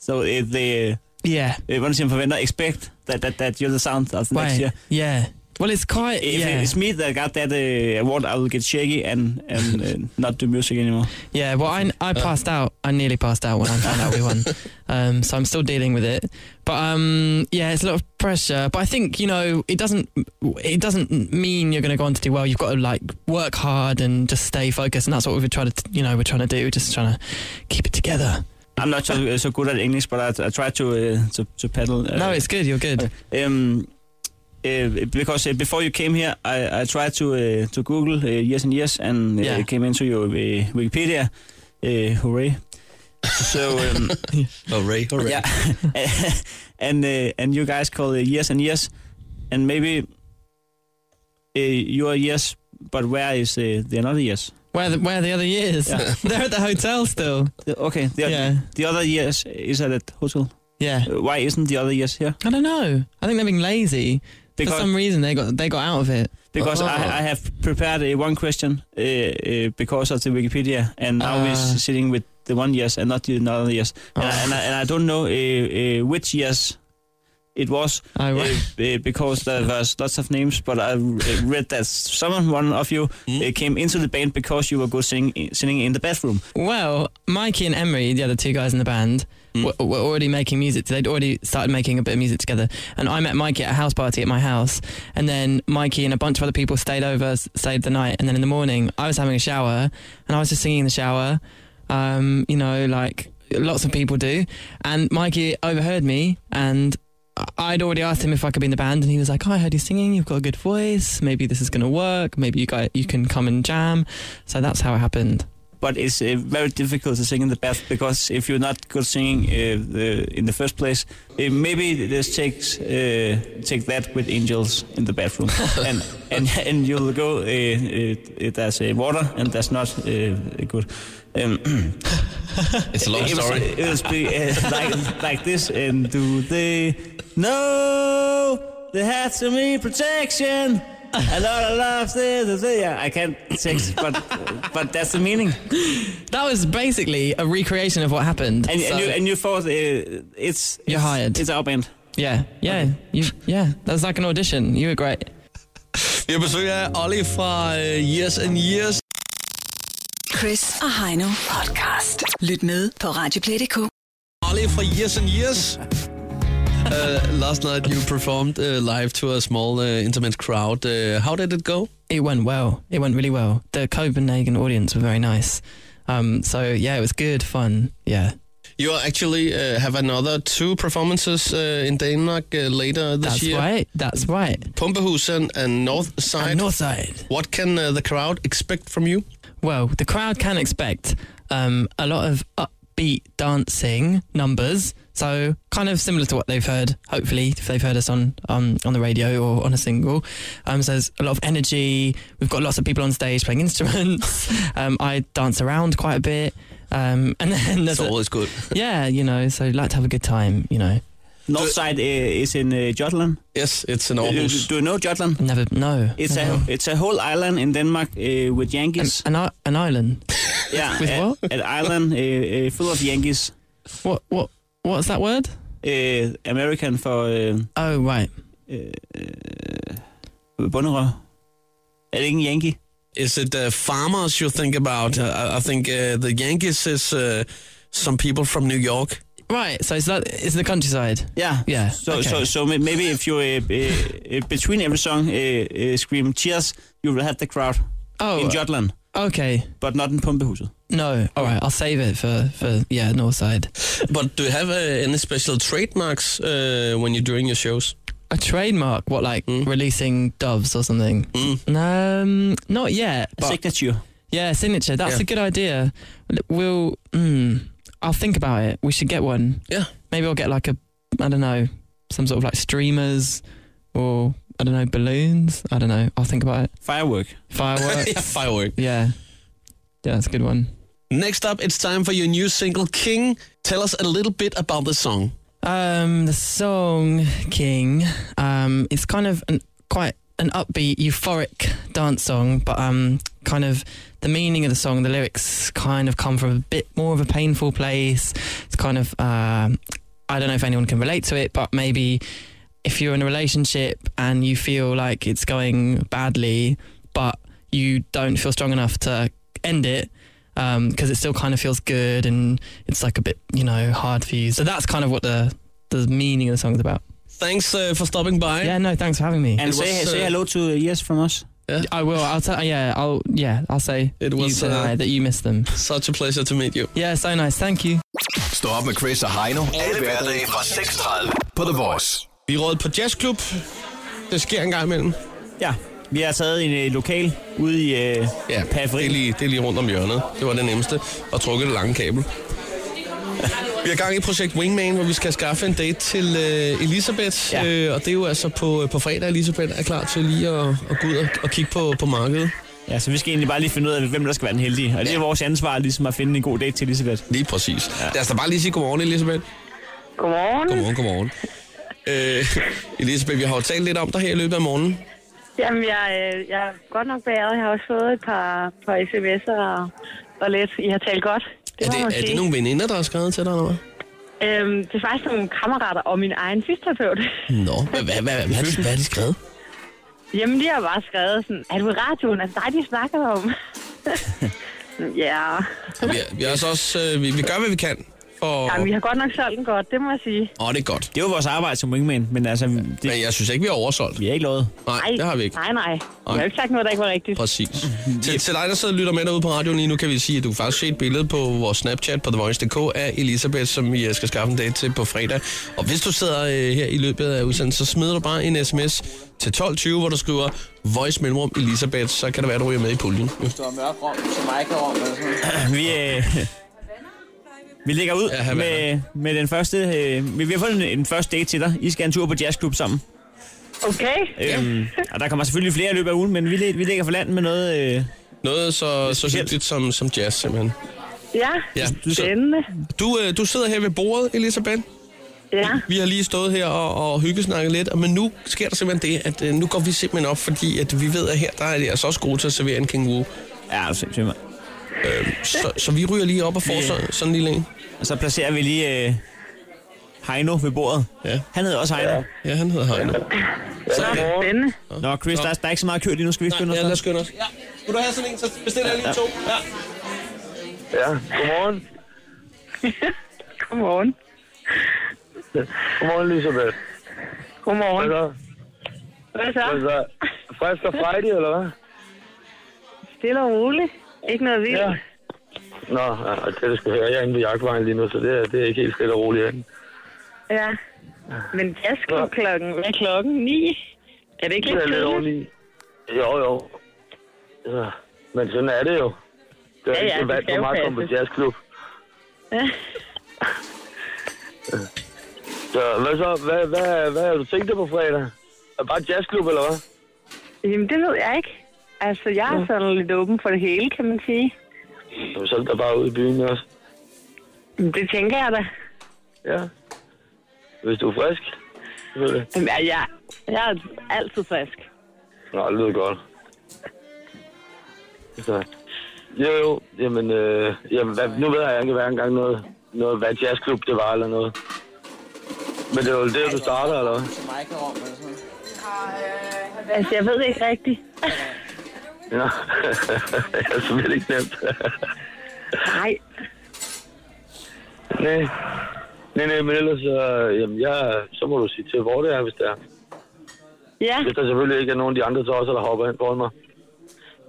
S9: So it, they,
S4: yeah.
S9: uh, hvordan siger man forventer, expect that, that, that you're the sound of the next
S4: Right.
S9: year.
S4: Yeah. Well, it's quite.
S9: If
S4: yeah.
S9: it's me that got that uh, award, I will get shaky and, and uh, not do music anymore.
S4: Yeah, well, I, I passed out. I nearly passed out when I found out we won. Um, so I'm still dealing with it. But um, yeah, it's a lot of pressure. But I think you know it doesn't it doesn't mean you're going to go on to do well. You've got to like work hard and just stay focused. And that's what we're trying to you know we're trying to do. We're just trying to keep it together.
S9: I'm not so, so good at English, but I, I try to, uh, to, to paddle. Uh,
S4: no, it's good. You're good.
S9: Um, uh, because uh, before you came here, I, I tried to uh, to Google uh, years and years, and uh,
S4: Yeah.
S9: came into your uh, Wikipedia. Uh, hooray! So um,
S3: Hooray, hooray.
S9: yeah, and uh, and you guys call it years and years, and maybe uh, you are years, but where is uh, the another years?
S4: Where the, where are the other years?
S9: Yeah.
S4: They're at the hotel still.
S9: The- Okay, the,
S4: Yeah,
S9: the other years is at that hotel.
S4: yeah.
S9: Uh, Why isn't the other years here?
S4: I don't know. I think they're being lazy. For
S9: Because-
S4: some reason, they got they got out of it.
S9: because I,
S3: Oh.
S9: I have prepared uh, one question uh, uh, because of the Wikipedia, and now we're
S4: Ah.
S9: s- sitting with the one years and not the another years, and, I,
S4: Oh.
S9: and, I, and I don't know uh, uh, which years it was
S4: I,
S9: uh, uh, because there was lots of names. But I uh, read that someone, one of you,
S4: Hmm?
S9: uh, came into the band because you were good singing, singing in the bathroom.
S4: Well, Mikey and Emery, the other two guys in the band, were, were already making music. They'd already started making a bit of music together. And I met Mikey at a house party at my house. And then Mikey and a bunch of other people stayed over, s- stayed the night. And then in the morning, I was having a shower and I was just singing in the shower, um, you know, like lots of people do. And Mikey overheard me and I- I'd already asked him if I could be in the band, and he was like, oh, "I heard you singing. You've got a good voice. Maybe this is going to work. Maybe you guys, you can come and jam." So that's how it happened.
S9: But it's uh, very difficult to sing in the bath because if you're not good singing uh, the, in the first place, uh, maybe this takes uh, take that with angels in the bathroom, and and and you'll go. Uh, uh, there's uh, water, and that's not uh, good. Um,
S3: It's a long
S9: it was-
S3: story.
S9: It was be, uh, like like this, and do they know they have to mean protection? A lot of love, there, there, there. Yeah, I can't text, but but that's the meaning.
S4: That was basically a recreation of what happened.
S9: And,
S4: So-
S9: and you and you thought uh, it's
S4: You're
S9: it's,
S4: hired.
S9: It's our band.
S4: yeah, yeah, you, yeah. That was like an audition. You were great.
S3: Vi har besøg af Olli fra øh, Years and Years.
S2: Chris og Heino podcast. Lyt med på Radioplay.dk.
S3: Olli fra Years and Years. Uh, last night you performed uh, live to a small uh, intimate crowd. Uh, how did it go?
S4: It went well. It went really well. The Copenhagen audience were very nice. Um, so yeah, it was good fun. Yeah,
S3: You actually uh, have another two performances uh, in Denmark uh, later this
S4: that's
S3: year.
S4: right. That's right.
S3: Pumpehusen and North Side.
S4: And Northside.
S3: What can uh, the crowd expect from you?
S4: Well, the crowd can expect um, a lot of upbeat dancing numbers. So kind of similar to what they've heard, hopefully, if they've heard us on um, on the radio or on a single. Um, so there's a lot of energy. We've got lots of people on stage playing instruments. um, I dance around quite a bit. Um, and then
S3: It's
S4: there's a,
S3: always good.
S4: yeah, you know, so like to have a good time, you know.
S9: Northside uh, is in uh, Jutland.
S3: Yes, it's in
S9: Uh, Do,
S3: Aarhus.
S9: do you know Jutland?
S4: Never no.
S9: It's
S4: never.
S9: a it's a whole island in Denmark uh, with
S4: an,
S9: Yankees.
S4: an, i- an island.
S9: yeah,
S4: with
S9: a-
S4: what?
S9: An island uh, uh, full of Yankees.
S4: What what what's that word?
S9: Uh, American for uh,
S4: Oh right.
S9: uh, bonderøv. Er det ikke en Yankee?
S3: Is it uh, farmers you think about? Uh, I- I think uh, the Yankees is uh, some people from New York.
S4: Right, so it's like it's the countryside.
S9: Yeah.
S4: Yeah,
S9: So
S4: okay.
S9: so so ma- maybe if you uh, uh, uh, between every song uh, uh, scream cheers, you will have the crowd
S4: Oh,
S9: in Jutland,
S4: okay.
S9: but not in Pumpehuset.
S4: No, all right. I'll save it for for yeah, north side.
S3: But do you have uh, any special trademarks uh, when you're doing your shows?
S4: A trademark? What like
S3: Mm.
S4: releasing doves or something? Um, not yet. But
S9: Signature.
S4: yeah, signature. That's
S3: Yeah.
S4: a good idea. L- We'll. Mm, I'll think about it. We should get one.
S3: Yeah.
S4: Maybe I'll get like a I don't know, some sort of like streamers or I don't know, balloons. I don't know. I'll think about it.
S9: Firework.
S4: Fireworks.
S3: yeah, firework.
S4: yeah. Yeah, that's a good one.
S3: Next up, it's time for your new single, King. Tell us a little bit about the song.
S4: Um, the song King. Um, it's kind of an, quite an upbeat, euphoric dance song, but um, kind of the meaning of the song, the lyrics kind of come from a bit more of a painful place. It's kind of um, I don't know if anyone can relate to it, but maybe if you're in a relationship and you feel like it's going badly, but you don't feel strong enough to end it because it still kind of feels good and it's like a bit you know hard for you. So that's kind of what the the meaning of the song is about.
S3: Thanks uh, for stopping by.
S4: Yeah, no, thanks for having me.
S9: And
S3: It
S9: say,
S3: was,
S9: say
S3: uh,
S9: hello to yes from us.
S4: I will. I'll tell. Yeah, I'll. Yeah, I'll say
S3: It
S4: you
S3: was,
S4: said
S3: uh,
S4: I, that you missed them.
S3: Such a pleasure to meet you.
S4: Yeah, so nice. Thank you.
S6: Stå op med Chris og Heino. Alle hverdage fra 6.30 på The Voice.
S3: Vi råd på jazzklub. Det sker en gang imellem.
S9: Ja, vi har taget en øh, lokal ude i øh,
S3: Ja, det er,
S9: periferien.
S3: lige, det er lige rundt om hjørnet. Det var det nemmeste. Og trukket det lange kabel. Vi har gang i projekt Wingman, hvor vi skal skaffe en date til øh, Elisabeth.
S9: Ja.
S3: Øh, og det er jo altså på, på fredag, Elisabeth er klar til lige at, at gå ud og, og kigge på, på markedet.
S9: Ja, så vi skal egentlig bare lige finde ud af, hvem der skal være den heldige. Og det er vores ansvar ligesom at finde en god date til Elisabeth.
S3: Lige præcis. Ja. Lad os da bare lige sige godmorgen, Elisabeth.
S7: Godmorgen.
S3: Godmorgen, godmorgen. Øh, Elisabeth, vi har jo talt lidt om dig her i løbet af morgenen.
S7: Jamen, jeg, øh, jeg er godt nok bæret. Jeg har også fået et par, par sms'er og, og lidt. I har talt godt. Det
S3: Er
S7: må man
S3: det, er
S7: sige.
S3: det nogle veninder, der har skrevet til dig, eller hvad?
S7: Øhm, det er faktisk nogle kammerater og min egen fysioterapeut.
S3: Nå, hvad, hvad, hvad, hvad, hvad, hvad er de skrevet?
S7: Jamen, de har bare skrevet sådan, er du i radioen? Er det dig, de snakker om? ja,
S3: Vi, er- vi, er altså også, øh, vi, vi gør, hvad vi kan. Og,
S7: Jamen, vi har godt nok solgt den godt, det må jeg sige.
S3: og det er godt.
S9: Det er jo vores arbejde som wingman, men altså, det,
S3: Men jeg synes ikke, vi har oversolgt.
S9: vi har ikke lovet.
S3: Nej, det har vi ikke.
S7: Nej, nej. Jeg har
S3: Nej.
S7: jo ikke sagt noget, der ikke var rigtigt.
S3: Præcis. Til, til dig, der sidder og lytter med derude på radioen lige nu, kan vi sige, at du kan faktisk se et billede på vores Snapchat på TheVoice.dk af Elisabeth, som vi øh, skal skaffe en date til på fredag. Og hvis du sidder øh, her i løbet af udsendelsen, så smider du bare en sms til 12.20, hvor du skriver Voice Mellemrum Elisabeth, så kan det være, du ryger med i puljen.
S9: Vi, øh, vi lægger ud
S3: Ja,
S9: ja,
S3: han
S9: med, med den første... Øh, vi vi har fået en, en første date til dig. I skal en tur på jazzklub sammen.
S7: Okay.
S9: Øhm, og der kommer selvfølgelig flere i løbet af ugen, men vi, læ- vi lægger for land med noget... Øh,
S3: Noget så, så
S9: specielt.
S3: hyggeligt som, som jazz, simpelthen.
S7: Ja,
S3: Ja, så,
S7: spændende.
S3: du, øh, du sidder her ved bordet, Elisabeth.
S7: Ja,
S3: Vi har lige stået her og, og hyggesnakket lidt, men nu sker der simpelthen det, at øh, nu går vi simpelthen op, fordi at vi ved, at her der er de altså også gode til at servere en kænguru.
S9: ja, altså, simpelthen.
S3: Så, så vi ryger lige op og får
S9: Vi, øh,
S3: sådan, sådan en lille en.
S9: Og så placerer vi lige øh, Heino ved bordet.
S3: Ja.
S9: Han hedder også Heino. Ja.
S3: Ja, han hedder Heino. Så, ja,
S7: spændende.
S9: Nå, Chris, der, er- der er ikke så meget kørt lige nu. Skal vi skynde
S3: ja, lad os
S9: os?
S3: skynde os. Ja. Vil du have sådan en, så bestiller jeg lige to. Ja.
S8: Ja, godmorgen.
S7: Godmorgen.
S8: Godmorgen, Elisabeth. Hvad
S7: Godmorgen.
S8: så?
S7: Hvad så?
S8: Hvad så? Frisk og Friday, eller hvad?
S7: Stille og roligt. Ikke noget vildt.
S8: Ja. Nå, ja, det er det sgu her. Jeg er inde ved jagtvejen lige nu, så det er, det er ikke helt stille og roligt herinde.
S7: ja. Men jeg
S8: Nå.
S7: skal klokken. Hvad er klokken? 9? Er det ikke
S8: Det
S7: lidt
S8: er lidt
S7: tidligt?
S8: ordentligt. Jo, jo. Ja. Men sådan er det jo. Det er
S7: Ja,
S8: ja,
S7: ja,
S8: ja, ikke
S7: det
S8: vant
S7: skal
S8: for
S7: jo
S8: mig at komme på
S7: passes.
S8: jazzklub.
S7: Ja.
S8: Så hvad så? Hvad, hvad, hvad har du tænkt dig på fredag? Er det bare jazzklub, eller hvad?
S7: Jamen, det ved jeg ikke. Altså, jeg er sådan lidt åben for det hele, kan man sige.
S8: Jamen, Så er det da bare ude i byen også.
S7: Men Det tænker jeg da.
S8: Ja. Hvis du er frisk. selvfølgelig.
S7: Jamen, jeg, jeg, jeg er altid frisk.
S8: Nå, det lyder godt. Så. Jo, jo. Jamen, øh, jamen hvad, nu ved jeg ikke hver engang noget, noget, hvad jazzklub det var, eller noget. Men det er jo det, du starter, eller hvad?
S7: Altså, jeg ved ikke rigtigt.
S8: Ja, jeg er selvfølgelig ikke nemt.
S7: Nej,
S8: nej. Nej, nej, men ellers, øh, jamen, jeg, så må du sige til, hvor det er, hvis det er.
S7: ja,
S8: Hvis der selvfølgelig ikke er nogen af de andre tosser, der hopper hen foran mig.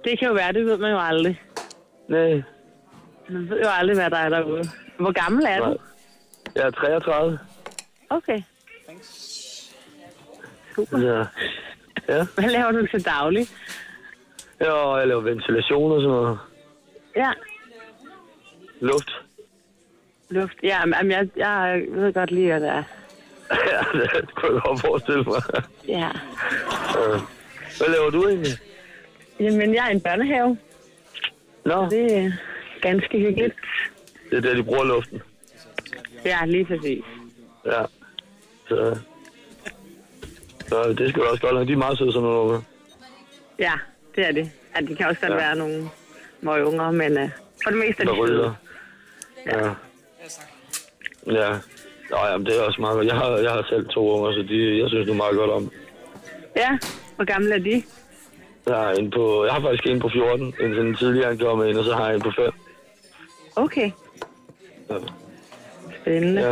S7: det kan jo være, det ved man jo aldrig.
S8: Nej,
S7: Man ved jo aldrig, hvad der er derude. Hvor gammel er
S8: nej.
S7: du?
S8: Jeg er 33.
S7: Okay.
S8: Ja.
S7: Hvad laver du til daglig?
S8: ja, og jeg laver ventilation og sådan noget.
S7: Ja,
S8: Luft.
S7: luft. Ja, men, jamen, jeg, jeg ved godt lige, hvad det er.
S8: ja, det kunne jeg godt forestille mig.
S7: Ja.
S8: Øh, Hvad laver du egentlig?
S7: Jamen, jeg er i en børnehave.
S8: Nå,
S7: Det er ganske hyggeligt.
S8: det er der, de bruger luften.
S7: Ja, lige præcis.
S8: Ja. Så, så det skal du også godt have. De er meget søde, sådan nogle unge.
S7: Ja, det er det. Ja, de kan også godt
S8: Ja.
S7: ja. være nogle møgunger, men uh, for det meste er
S8: Der
S7: de
S8: ryger.
S7: søde.
S8: Ja. Ja. Nå, jamen, det er også meget godt. Jeg har, jeg har selv to unger, så de, jeg synes nu meget godt om.
S7: Ja, hvor gamle er de?
S8: Jeg har, en på, jeg har faktisk en på 14, en sådan en tidligere han gjorde med en, og så har jeg en på 5.
S7: Okay,
S8: Ja.
S7: spændende. Ja.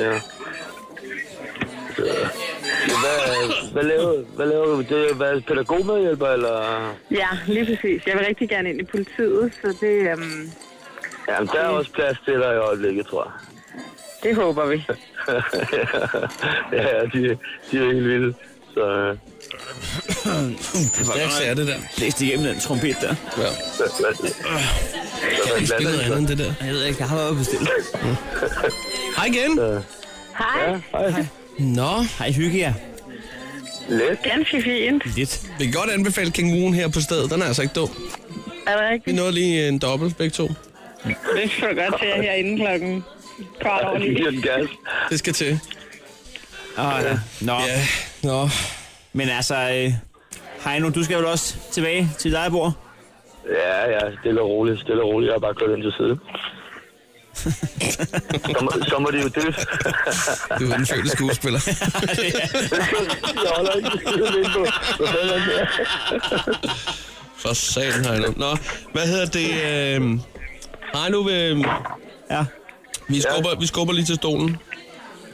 S8: Ja. ja. Så, ja, hvad, hvad, laver, hvad laver du? Det, er- hvad er pædagogmedhjælper, eller?
S7: ja, lige præcis. Jeg vil rigtig gerne ind i politiet, så det, øhm,
S8: Jamen, der er også plads til dig i øjeblikket, tror jeg.
S7: det håber vi.
S8: ja, de, de er helt vilde. Så, øh,
S3: Stærk sær, det der.
S9: Blæst igennem den trompet der.
S3: Ja.
S8: så, hvad, så,
S3: Kan vi
S8: hvad,
S3: spille noget andet end det der?
S9: Jeg ved ikke, jeg har været bestilt.
S3: Hej igen.
S7: Hej,
S8: Ja,
S7: ja.
S8: hej.
S3: Nå,
S9: Hej, hygge jer.
S8: Let.
S7: ganske fint.
S9: Lidt.
S3: vi kan godt anbefale kænguruen her på stedet. Den er altså ikke dum.
S7: Er det
S3: Vi
S7: rigtigt?
S3: nåede lige en dobbelt, begge to.
S7: Det skal du godt til jer herinde klokken kvart over
S8: De
S7: ni.
S8: giver den gas.
S3: Det skal til.
S9: Åh, ja. Nå,
S3: Ja, nå.
S9: men altså, øh, Heino, du skal vel også tilbage til dit eget bord?
S8: Ja, ja, stille og roligt, stille og roligt. Jeg har bare kørt ind til side. så, må, så må de jo dø.
S3: Du er den fødte skuespiller.
S8: jeg holder ikke skiden ind på. Hvad fanden er det?
S3: For satan, Heino. Nå, hvad hedder det? Øh... Heino, øh...
S9: Ja.
S3: vi, skubber, vi skubber lige til stolen.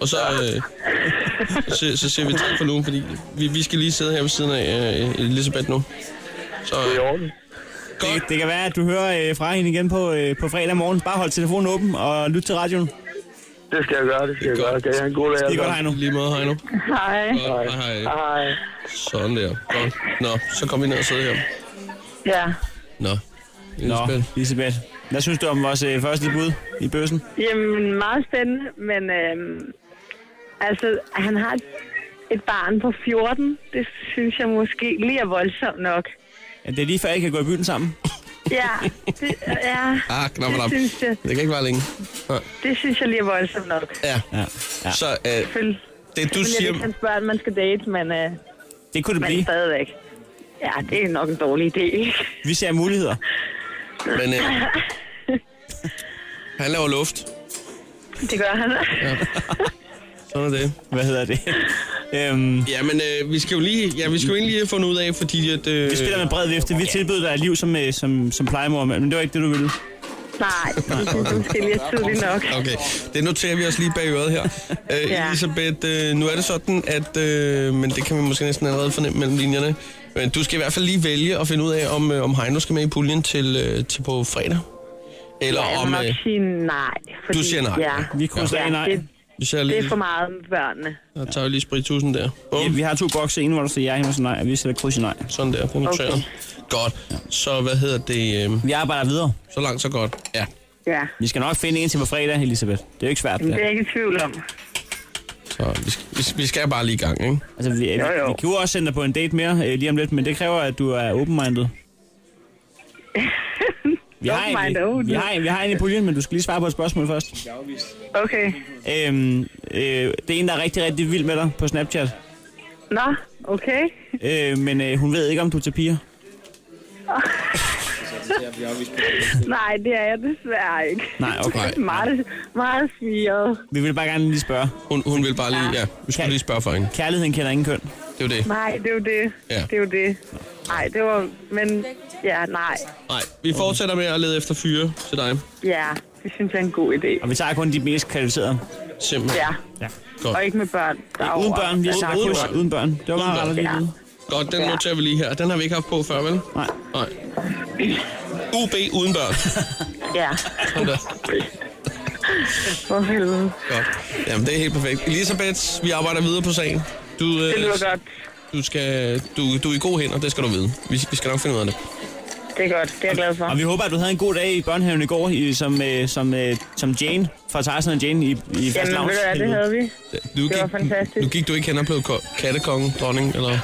S3: Og så, øh, så, så ser vi tak for nu, fordi vi, vi skal lige sidde her ved siden af øh, Elisabeth nu. Så
S8: Det er
S3: øh,
S8: i orden.
S3: godt.
S9: Det kan være, at du hører øh, fra hende igen på, øh, på fredag morgen. Bare hold telefonen åben og lyt til radioen. Det
S8: Det skal jeg gøre, det skal jeg gøre. Kan jeg have en god dag?
S9: er godt,
S8: altså?
S9: Heino.
S3: Lige måde, Heino.
S7: Hej.
S3: Godt, hej. hej.
S8: Hej.
S3: Sådan der. Godt. Nå, så kom vi ned og sidde her.
S7: Ja.
S3: Nå.
S9: Nå,
S3: Elisabeth.
S9: Elisabeth. Hvad synes du om vores øh, første bud i bøssen?
S7: Jamen, meget spændende, men øhm, altså, han har et, et barn på 14. Det synes jeg måske lige er voldsomt nok.
S9: Ja, det er lige før, I kan gå i byen sammen.
S7: Ja, det, ja,
S3: Ah, knap
S7: det
S3: op.
S7: synes jeg,
S3: Det kan ikke være længe. Nej.
S7: det synes jeg lige er voldsomt nok.
S3: Ja,
S9: Ja. ja.
S3: så øh,
S7: Selvfølgelig
S3: det du
S7: selvfølgelig er det
S3: siger...
S7: ikke hans børn, man skal date, men, øh,
S9: Det kunne det
S7: men
S9: blive.
S7: stadigvæk. Ja, det er nok en dårlig idé. ikke?
S9: Vi ser muligheder.
S3: Men, øh, han laver luft.
S7: Det gør han.
S3: Sådan er det.
S9: Hvad hedder det? øhm,
S3: Ja, men øh, vi skal jo lige, ja, vi skal jo egentlig have fundet ud af, fordi at... Øh,
S9: vi spiller med bred vifte. Vi tilbød dig et liv som, øh, som, som plejemor, men det var ikke det, du ville.
S7: Nej, det synes jeg måske lige er tidligt nok.
S3: Okay, det noterer vi også lige bag øret her. Øh, ja.
S7: Ja.
S3: Elisabeth, øh, nu er det sådan, at... Øh, men det kan vi måske næsten allerede fornemme mellem linjerne. Men du skal i hvert fald lige vælge at finde ud af, om, øh, om Heino skal med i puljen til, øh, til på fredag. Eller
S7: Jeg
S3: ja,
S7: må
S3: om...
S7: nok
S3: Øh,
S7: sige nej. Fordi,
S3: siger nej.
S7: Ja,
S9: Vi krydser
S7: ja
S9: af nej.
S7: det,
S3: vi ser
S7: det
S3: lige,
S7: er for meget med børnene.
S3: der tager vi lige sprittusen der.
S9: Ja,
S3: Bum,
S9: vi har to bokse. En, hvor der siger ja, en, hvor der siger nej. og Vi sætter kryds i nej.
S3: sådan der, det noterer.
S7: Okay.
S3: Godt. Så hvad hedder det? Øh,
S9: Vi arbejder videre.
S3: så langt, så godt. Ja.
S7: Ja,
S9: Vi skal nok finde en til på fredag, Elisabeth. Det er jo ikke svært.
S7: det
S9: Ja.
S7: er jeg ikke i tvivl om.
S3: Så vi skal, vi, vi skal bare lige i gang, ikke?
S9: Altså, vi, vi,
S7: jo.
S9: vi kan jo også sende dig på en date mere øh, lige om lidt, men det kræver, at du er open-minded. Vi har, en,
S7: Open-minded,
S9: vi, har, en- vi har en i puljen, men du skal lige svare på et spørgsmål først.
S7: Okay.
S9: Øhm, øh, det er en, der er rigtig, rigtig vild med dig på Snapchat.
S7: Nå, okay.
S9: Øh, men øh, hun ved ikke, om du tager piger.
S7: Nej, det er jeg desværre ikke.
S9: Nej, okay.
S7: meget, meget sviret.
S9: Vi vil bare gerne lige spørge.
S3: Hun, hun vil bare lige, ja, vi skulle
S9: Kan-
S3: lige spørge for hende.
S9: Kærligheden kender ingen køn.
S3: Det er jo det.
S7: Nej, det er jo det.
S3: Ja.
S7: Det er jo det. Nej, det var... Men ja, nej.
S3: Nej, vi fortsætter med at lede efter fyre til dig.
S7: Ja, det synes jeg er en god idé.
S9: Og vi tager kun de mest kvalificerede.
S3: Simpelthen.
S7: Ja.
S9: Ja.
S3: Godt.
S7: Og ikke med børn. derovre.
S9: Uden børn. Vi
S7: Ja,
S9: tager
S3: uden
S9: kun
S3: børn.
S9: uden børn. Det var meget
S3: børn.
S9: rart at lige
S7: Ja.
S9: vide.
S3: Godt, den
S7: Ja.
S3: noterer vi lige her. Den har vi ikke haft på før, vel?
S9: Nej.
S3: Nej. UB uden børn.
S7: Ja,
S3: Sådan der.
S7: for helvede.
S3: Godt. Jamen, det er helt perfekt. Elisabeth, vi arbejder videre på sagen. Du, øh,
S7: Det lyder godt.
S3: du, skal, du, du er i god hænder, det skal du vide. Vi, vi skal nok finde ud af det.
S7: Det er godt. Det er jeg glad for.
S9: Og vi håber, at du havde en god dag i børnehaven i går i, som, øh, som, øh, som Jane fra Tarzan og Jane i, i
S7: Jamen, ved du hvad, det havde vi.
S3: Nu
S7: Det var fantastisk.
S3: Nu gik du ikke hen og blev ko- kattekonge, dronning, eller?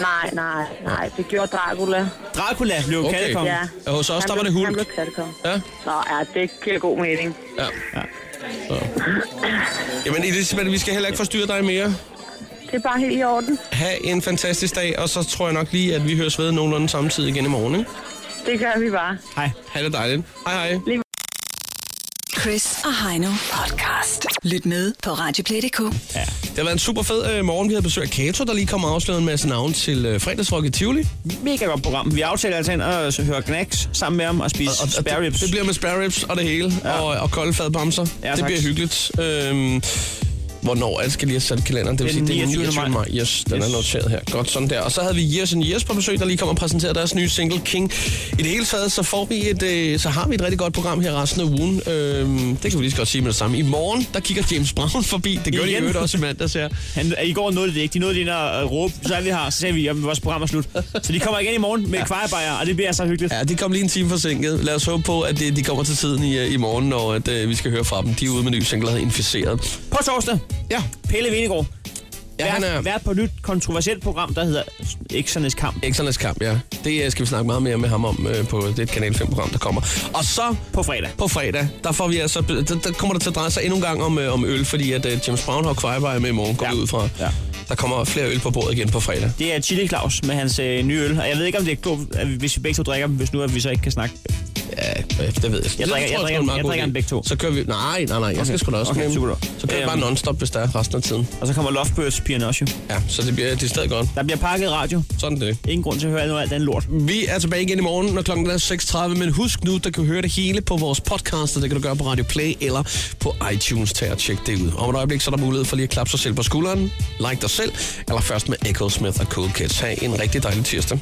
S7: Nej, nej, nej. Det gjorde Dracula.
S9: Dracula blev okay.
S3: Okay.
S9: kattekongen.
S7: Ja.
S3: Og hos os,
S7: Han
S3: der var
S7: blev-
S3: det
S7: Han
S3: Hulk.
S7: blev kattekonge.
S3: Ja,
S7: Nå, ja, det giver god mening.
S3: ja. ja. Så. Jamen Elisabeth, vi skal heller ikke forstyrre dig mere.
S7: Det er bare helt i orden.
S3: Ha' en fantastisk dag, og så tror jeg nok lige, at vi høres ved nogenlunde samtidig igen i morgen. Ikke?
S7: Det gør vi bare.
S9: Hej.
S3: Ha' det dejligt. Hej hej.
S2: Chris og Heino podcast. Lyt med på Radioplay.dk.
S3: Det har været en super fed øh, morgen. Vi havde besøg af Kato, der lige kom og afslørede en masse navne til øh, fredagsrock i Tivoli.
S9: Mega godt program. Vi aftaler altså ind og så høre Knacks sammen med ham og spise og, og, spare ribs.
S3: Det, det bliver med spare ribs og det hele, ja. og, og kolde fadbamser.
S9: Ja,
S3: det
S9: tak.
S3: bliver hyggeligt. Øhm, hvornår er det? Skal lige have sat kalenderen. Det vil
S9: Den
S3: sige, det er den
S9: 29.
S3: 29. maj. Yes, den
S9: Yes.
S3: er noteret her. Godt, sådan der. Og så havde vi Years and Years på besøg, der lige kom og præsenterede deres nye single, King. I det hele taget, så, får vi et, øh, så har vi et rigtig godt program her resten af ugen. Øhm, det kan vi lige så godt sige med det samme. I morgen, der kigger James Brown forbi. Det gør de i
S9: Igen.
S3: øvrigt også i mandags her.
S9: Han, I går nåede det ikke. De nåede lige ind og øh, råbe, så er vi her. Så sagde vi, at vores program er slut. Så de kommer igen i morgen med ja. kvarebajer, og det bliver så hyggeligt.
S3: Ja, de kom lige en time forsinket. Lad os håbe på, at de, de kommer til tiden i, øh, i morgen, når at, øh, vi skal høre fra dem. De er ude med en ny single, der hedder Inficeret.
S9: På torsdag,
S3: Ja,
S9: Pelle Venegård.
S3: ja han er...
S9: Vært på et nyt kontroversielt program, der hedder Eksernes Kamp.
S3: Eksernes kamp, ja. Det øh, skal vi snakke meget mere med ham om øh, på det Kanal 5-program, der kommer. Og så
S9: På fredag.
S3: på fredag, der, får vi altså, der, der kommer det til at dreje sig endnu en gang om, øh, om øl, fordi at øh, James Brown har Kvejvej med i morgen, går
S9: Ja.
S3: vi ud fra.
S9: Ja.
S3: Der kommer flere øl på bordet igen på fredag.
S9: Det er Chili Claus med hans øh, nye øl. Og jeg ved ikke, om det er klogt, at vi- hvis vi begge to drikker dem, hvis nu at vi så ikke kan snakke.
S3: Ja, øh, det ved jeg.
S9: Jeg drikker- jeg drikker-
S3: en meget
S9: jeg
S3: god
S9: drikker
S3: idé.
S9: en begge to.
S3: Så kører vi... Nej, nej, nej. Jeg skal
S9: Okay.
S3: sgu da også
S9: Okay,
S3: med.
S9: super du.
S3: Så kører vi bare
S9: Øhm.
S3: non-stop, hvis der er resten af tiden.
S9: Og så kommer Lovebirds pigerne også jo.
S3: Ja, så det bliver det er stadig godt.
S9: Der bliver pakket radio.
S3: Sådan det.
S9: Ingen grund til at høre noget af alt andet lort.
S3: Vi er tilbage igen i morgen, når klokken er 6.30, men husk nu, der kan du høre det hele på vores podcast, og det kan du gøre på Radio Play eller på iTunes. Tag og tjek det ud. Om et øjeblik, så er der mulighed for lige at klappe sig selv på skulderen, like dig selv, eller først med Echo Smith og Cool Kids. Ha' en rigtig dejlig tirsdag.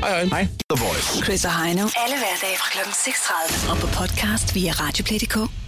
S3: Hej hej.
S9: Hej.
S10: The Voice.
S2: Chris og Heino. Alle hverdage fra kl. 6.30. Og på podcast via Radioplay.dk.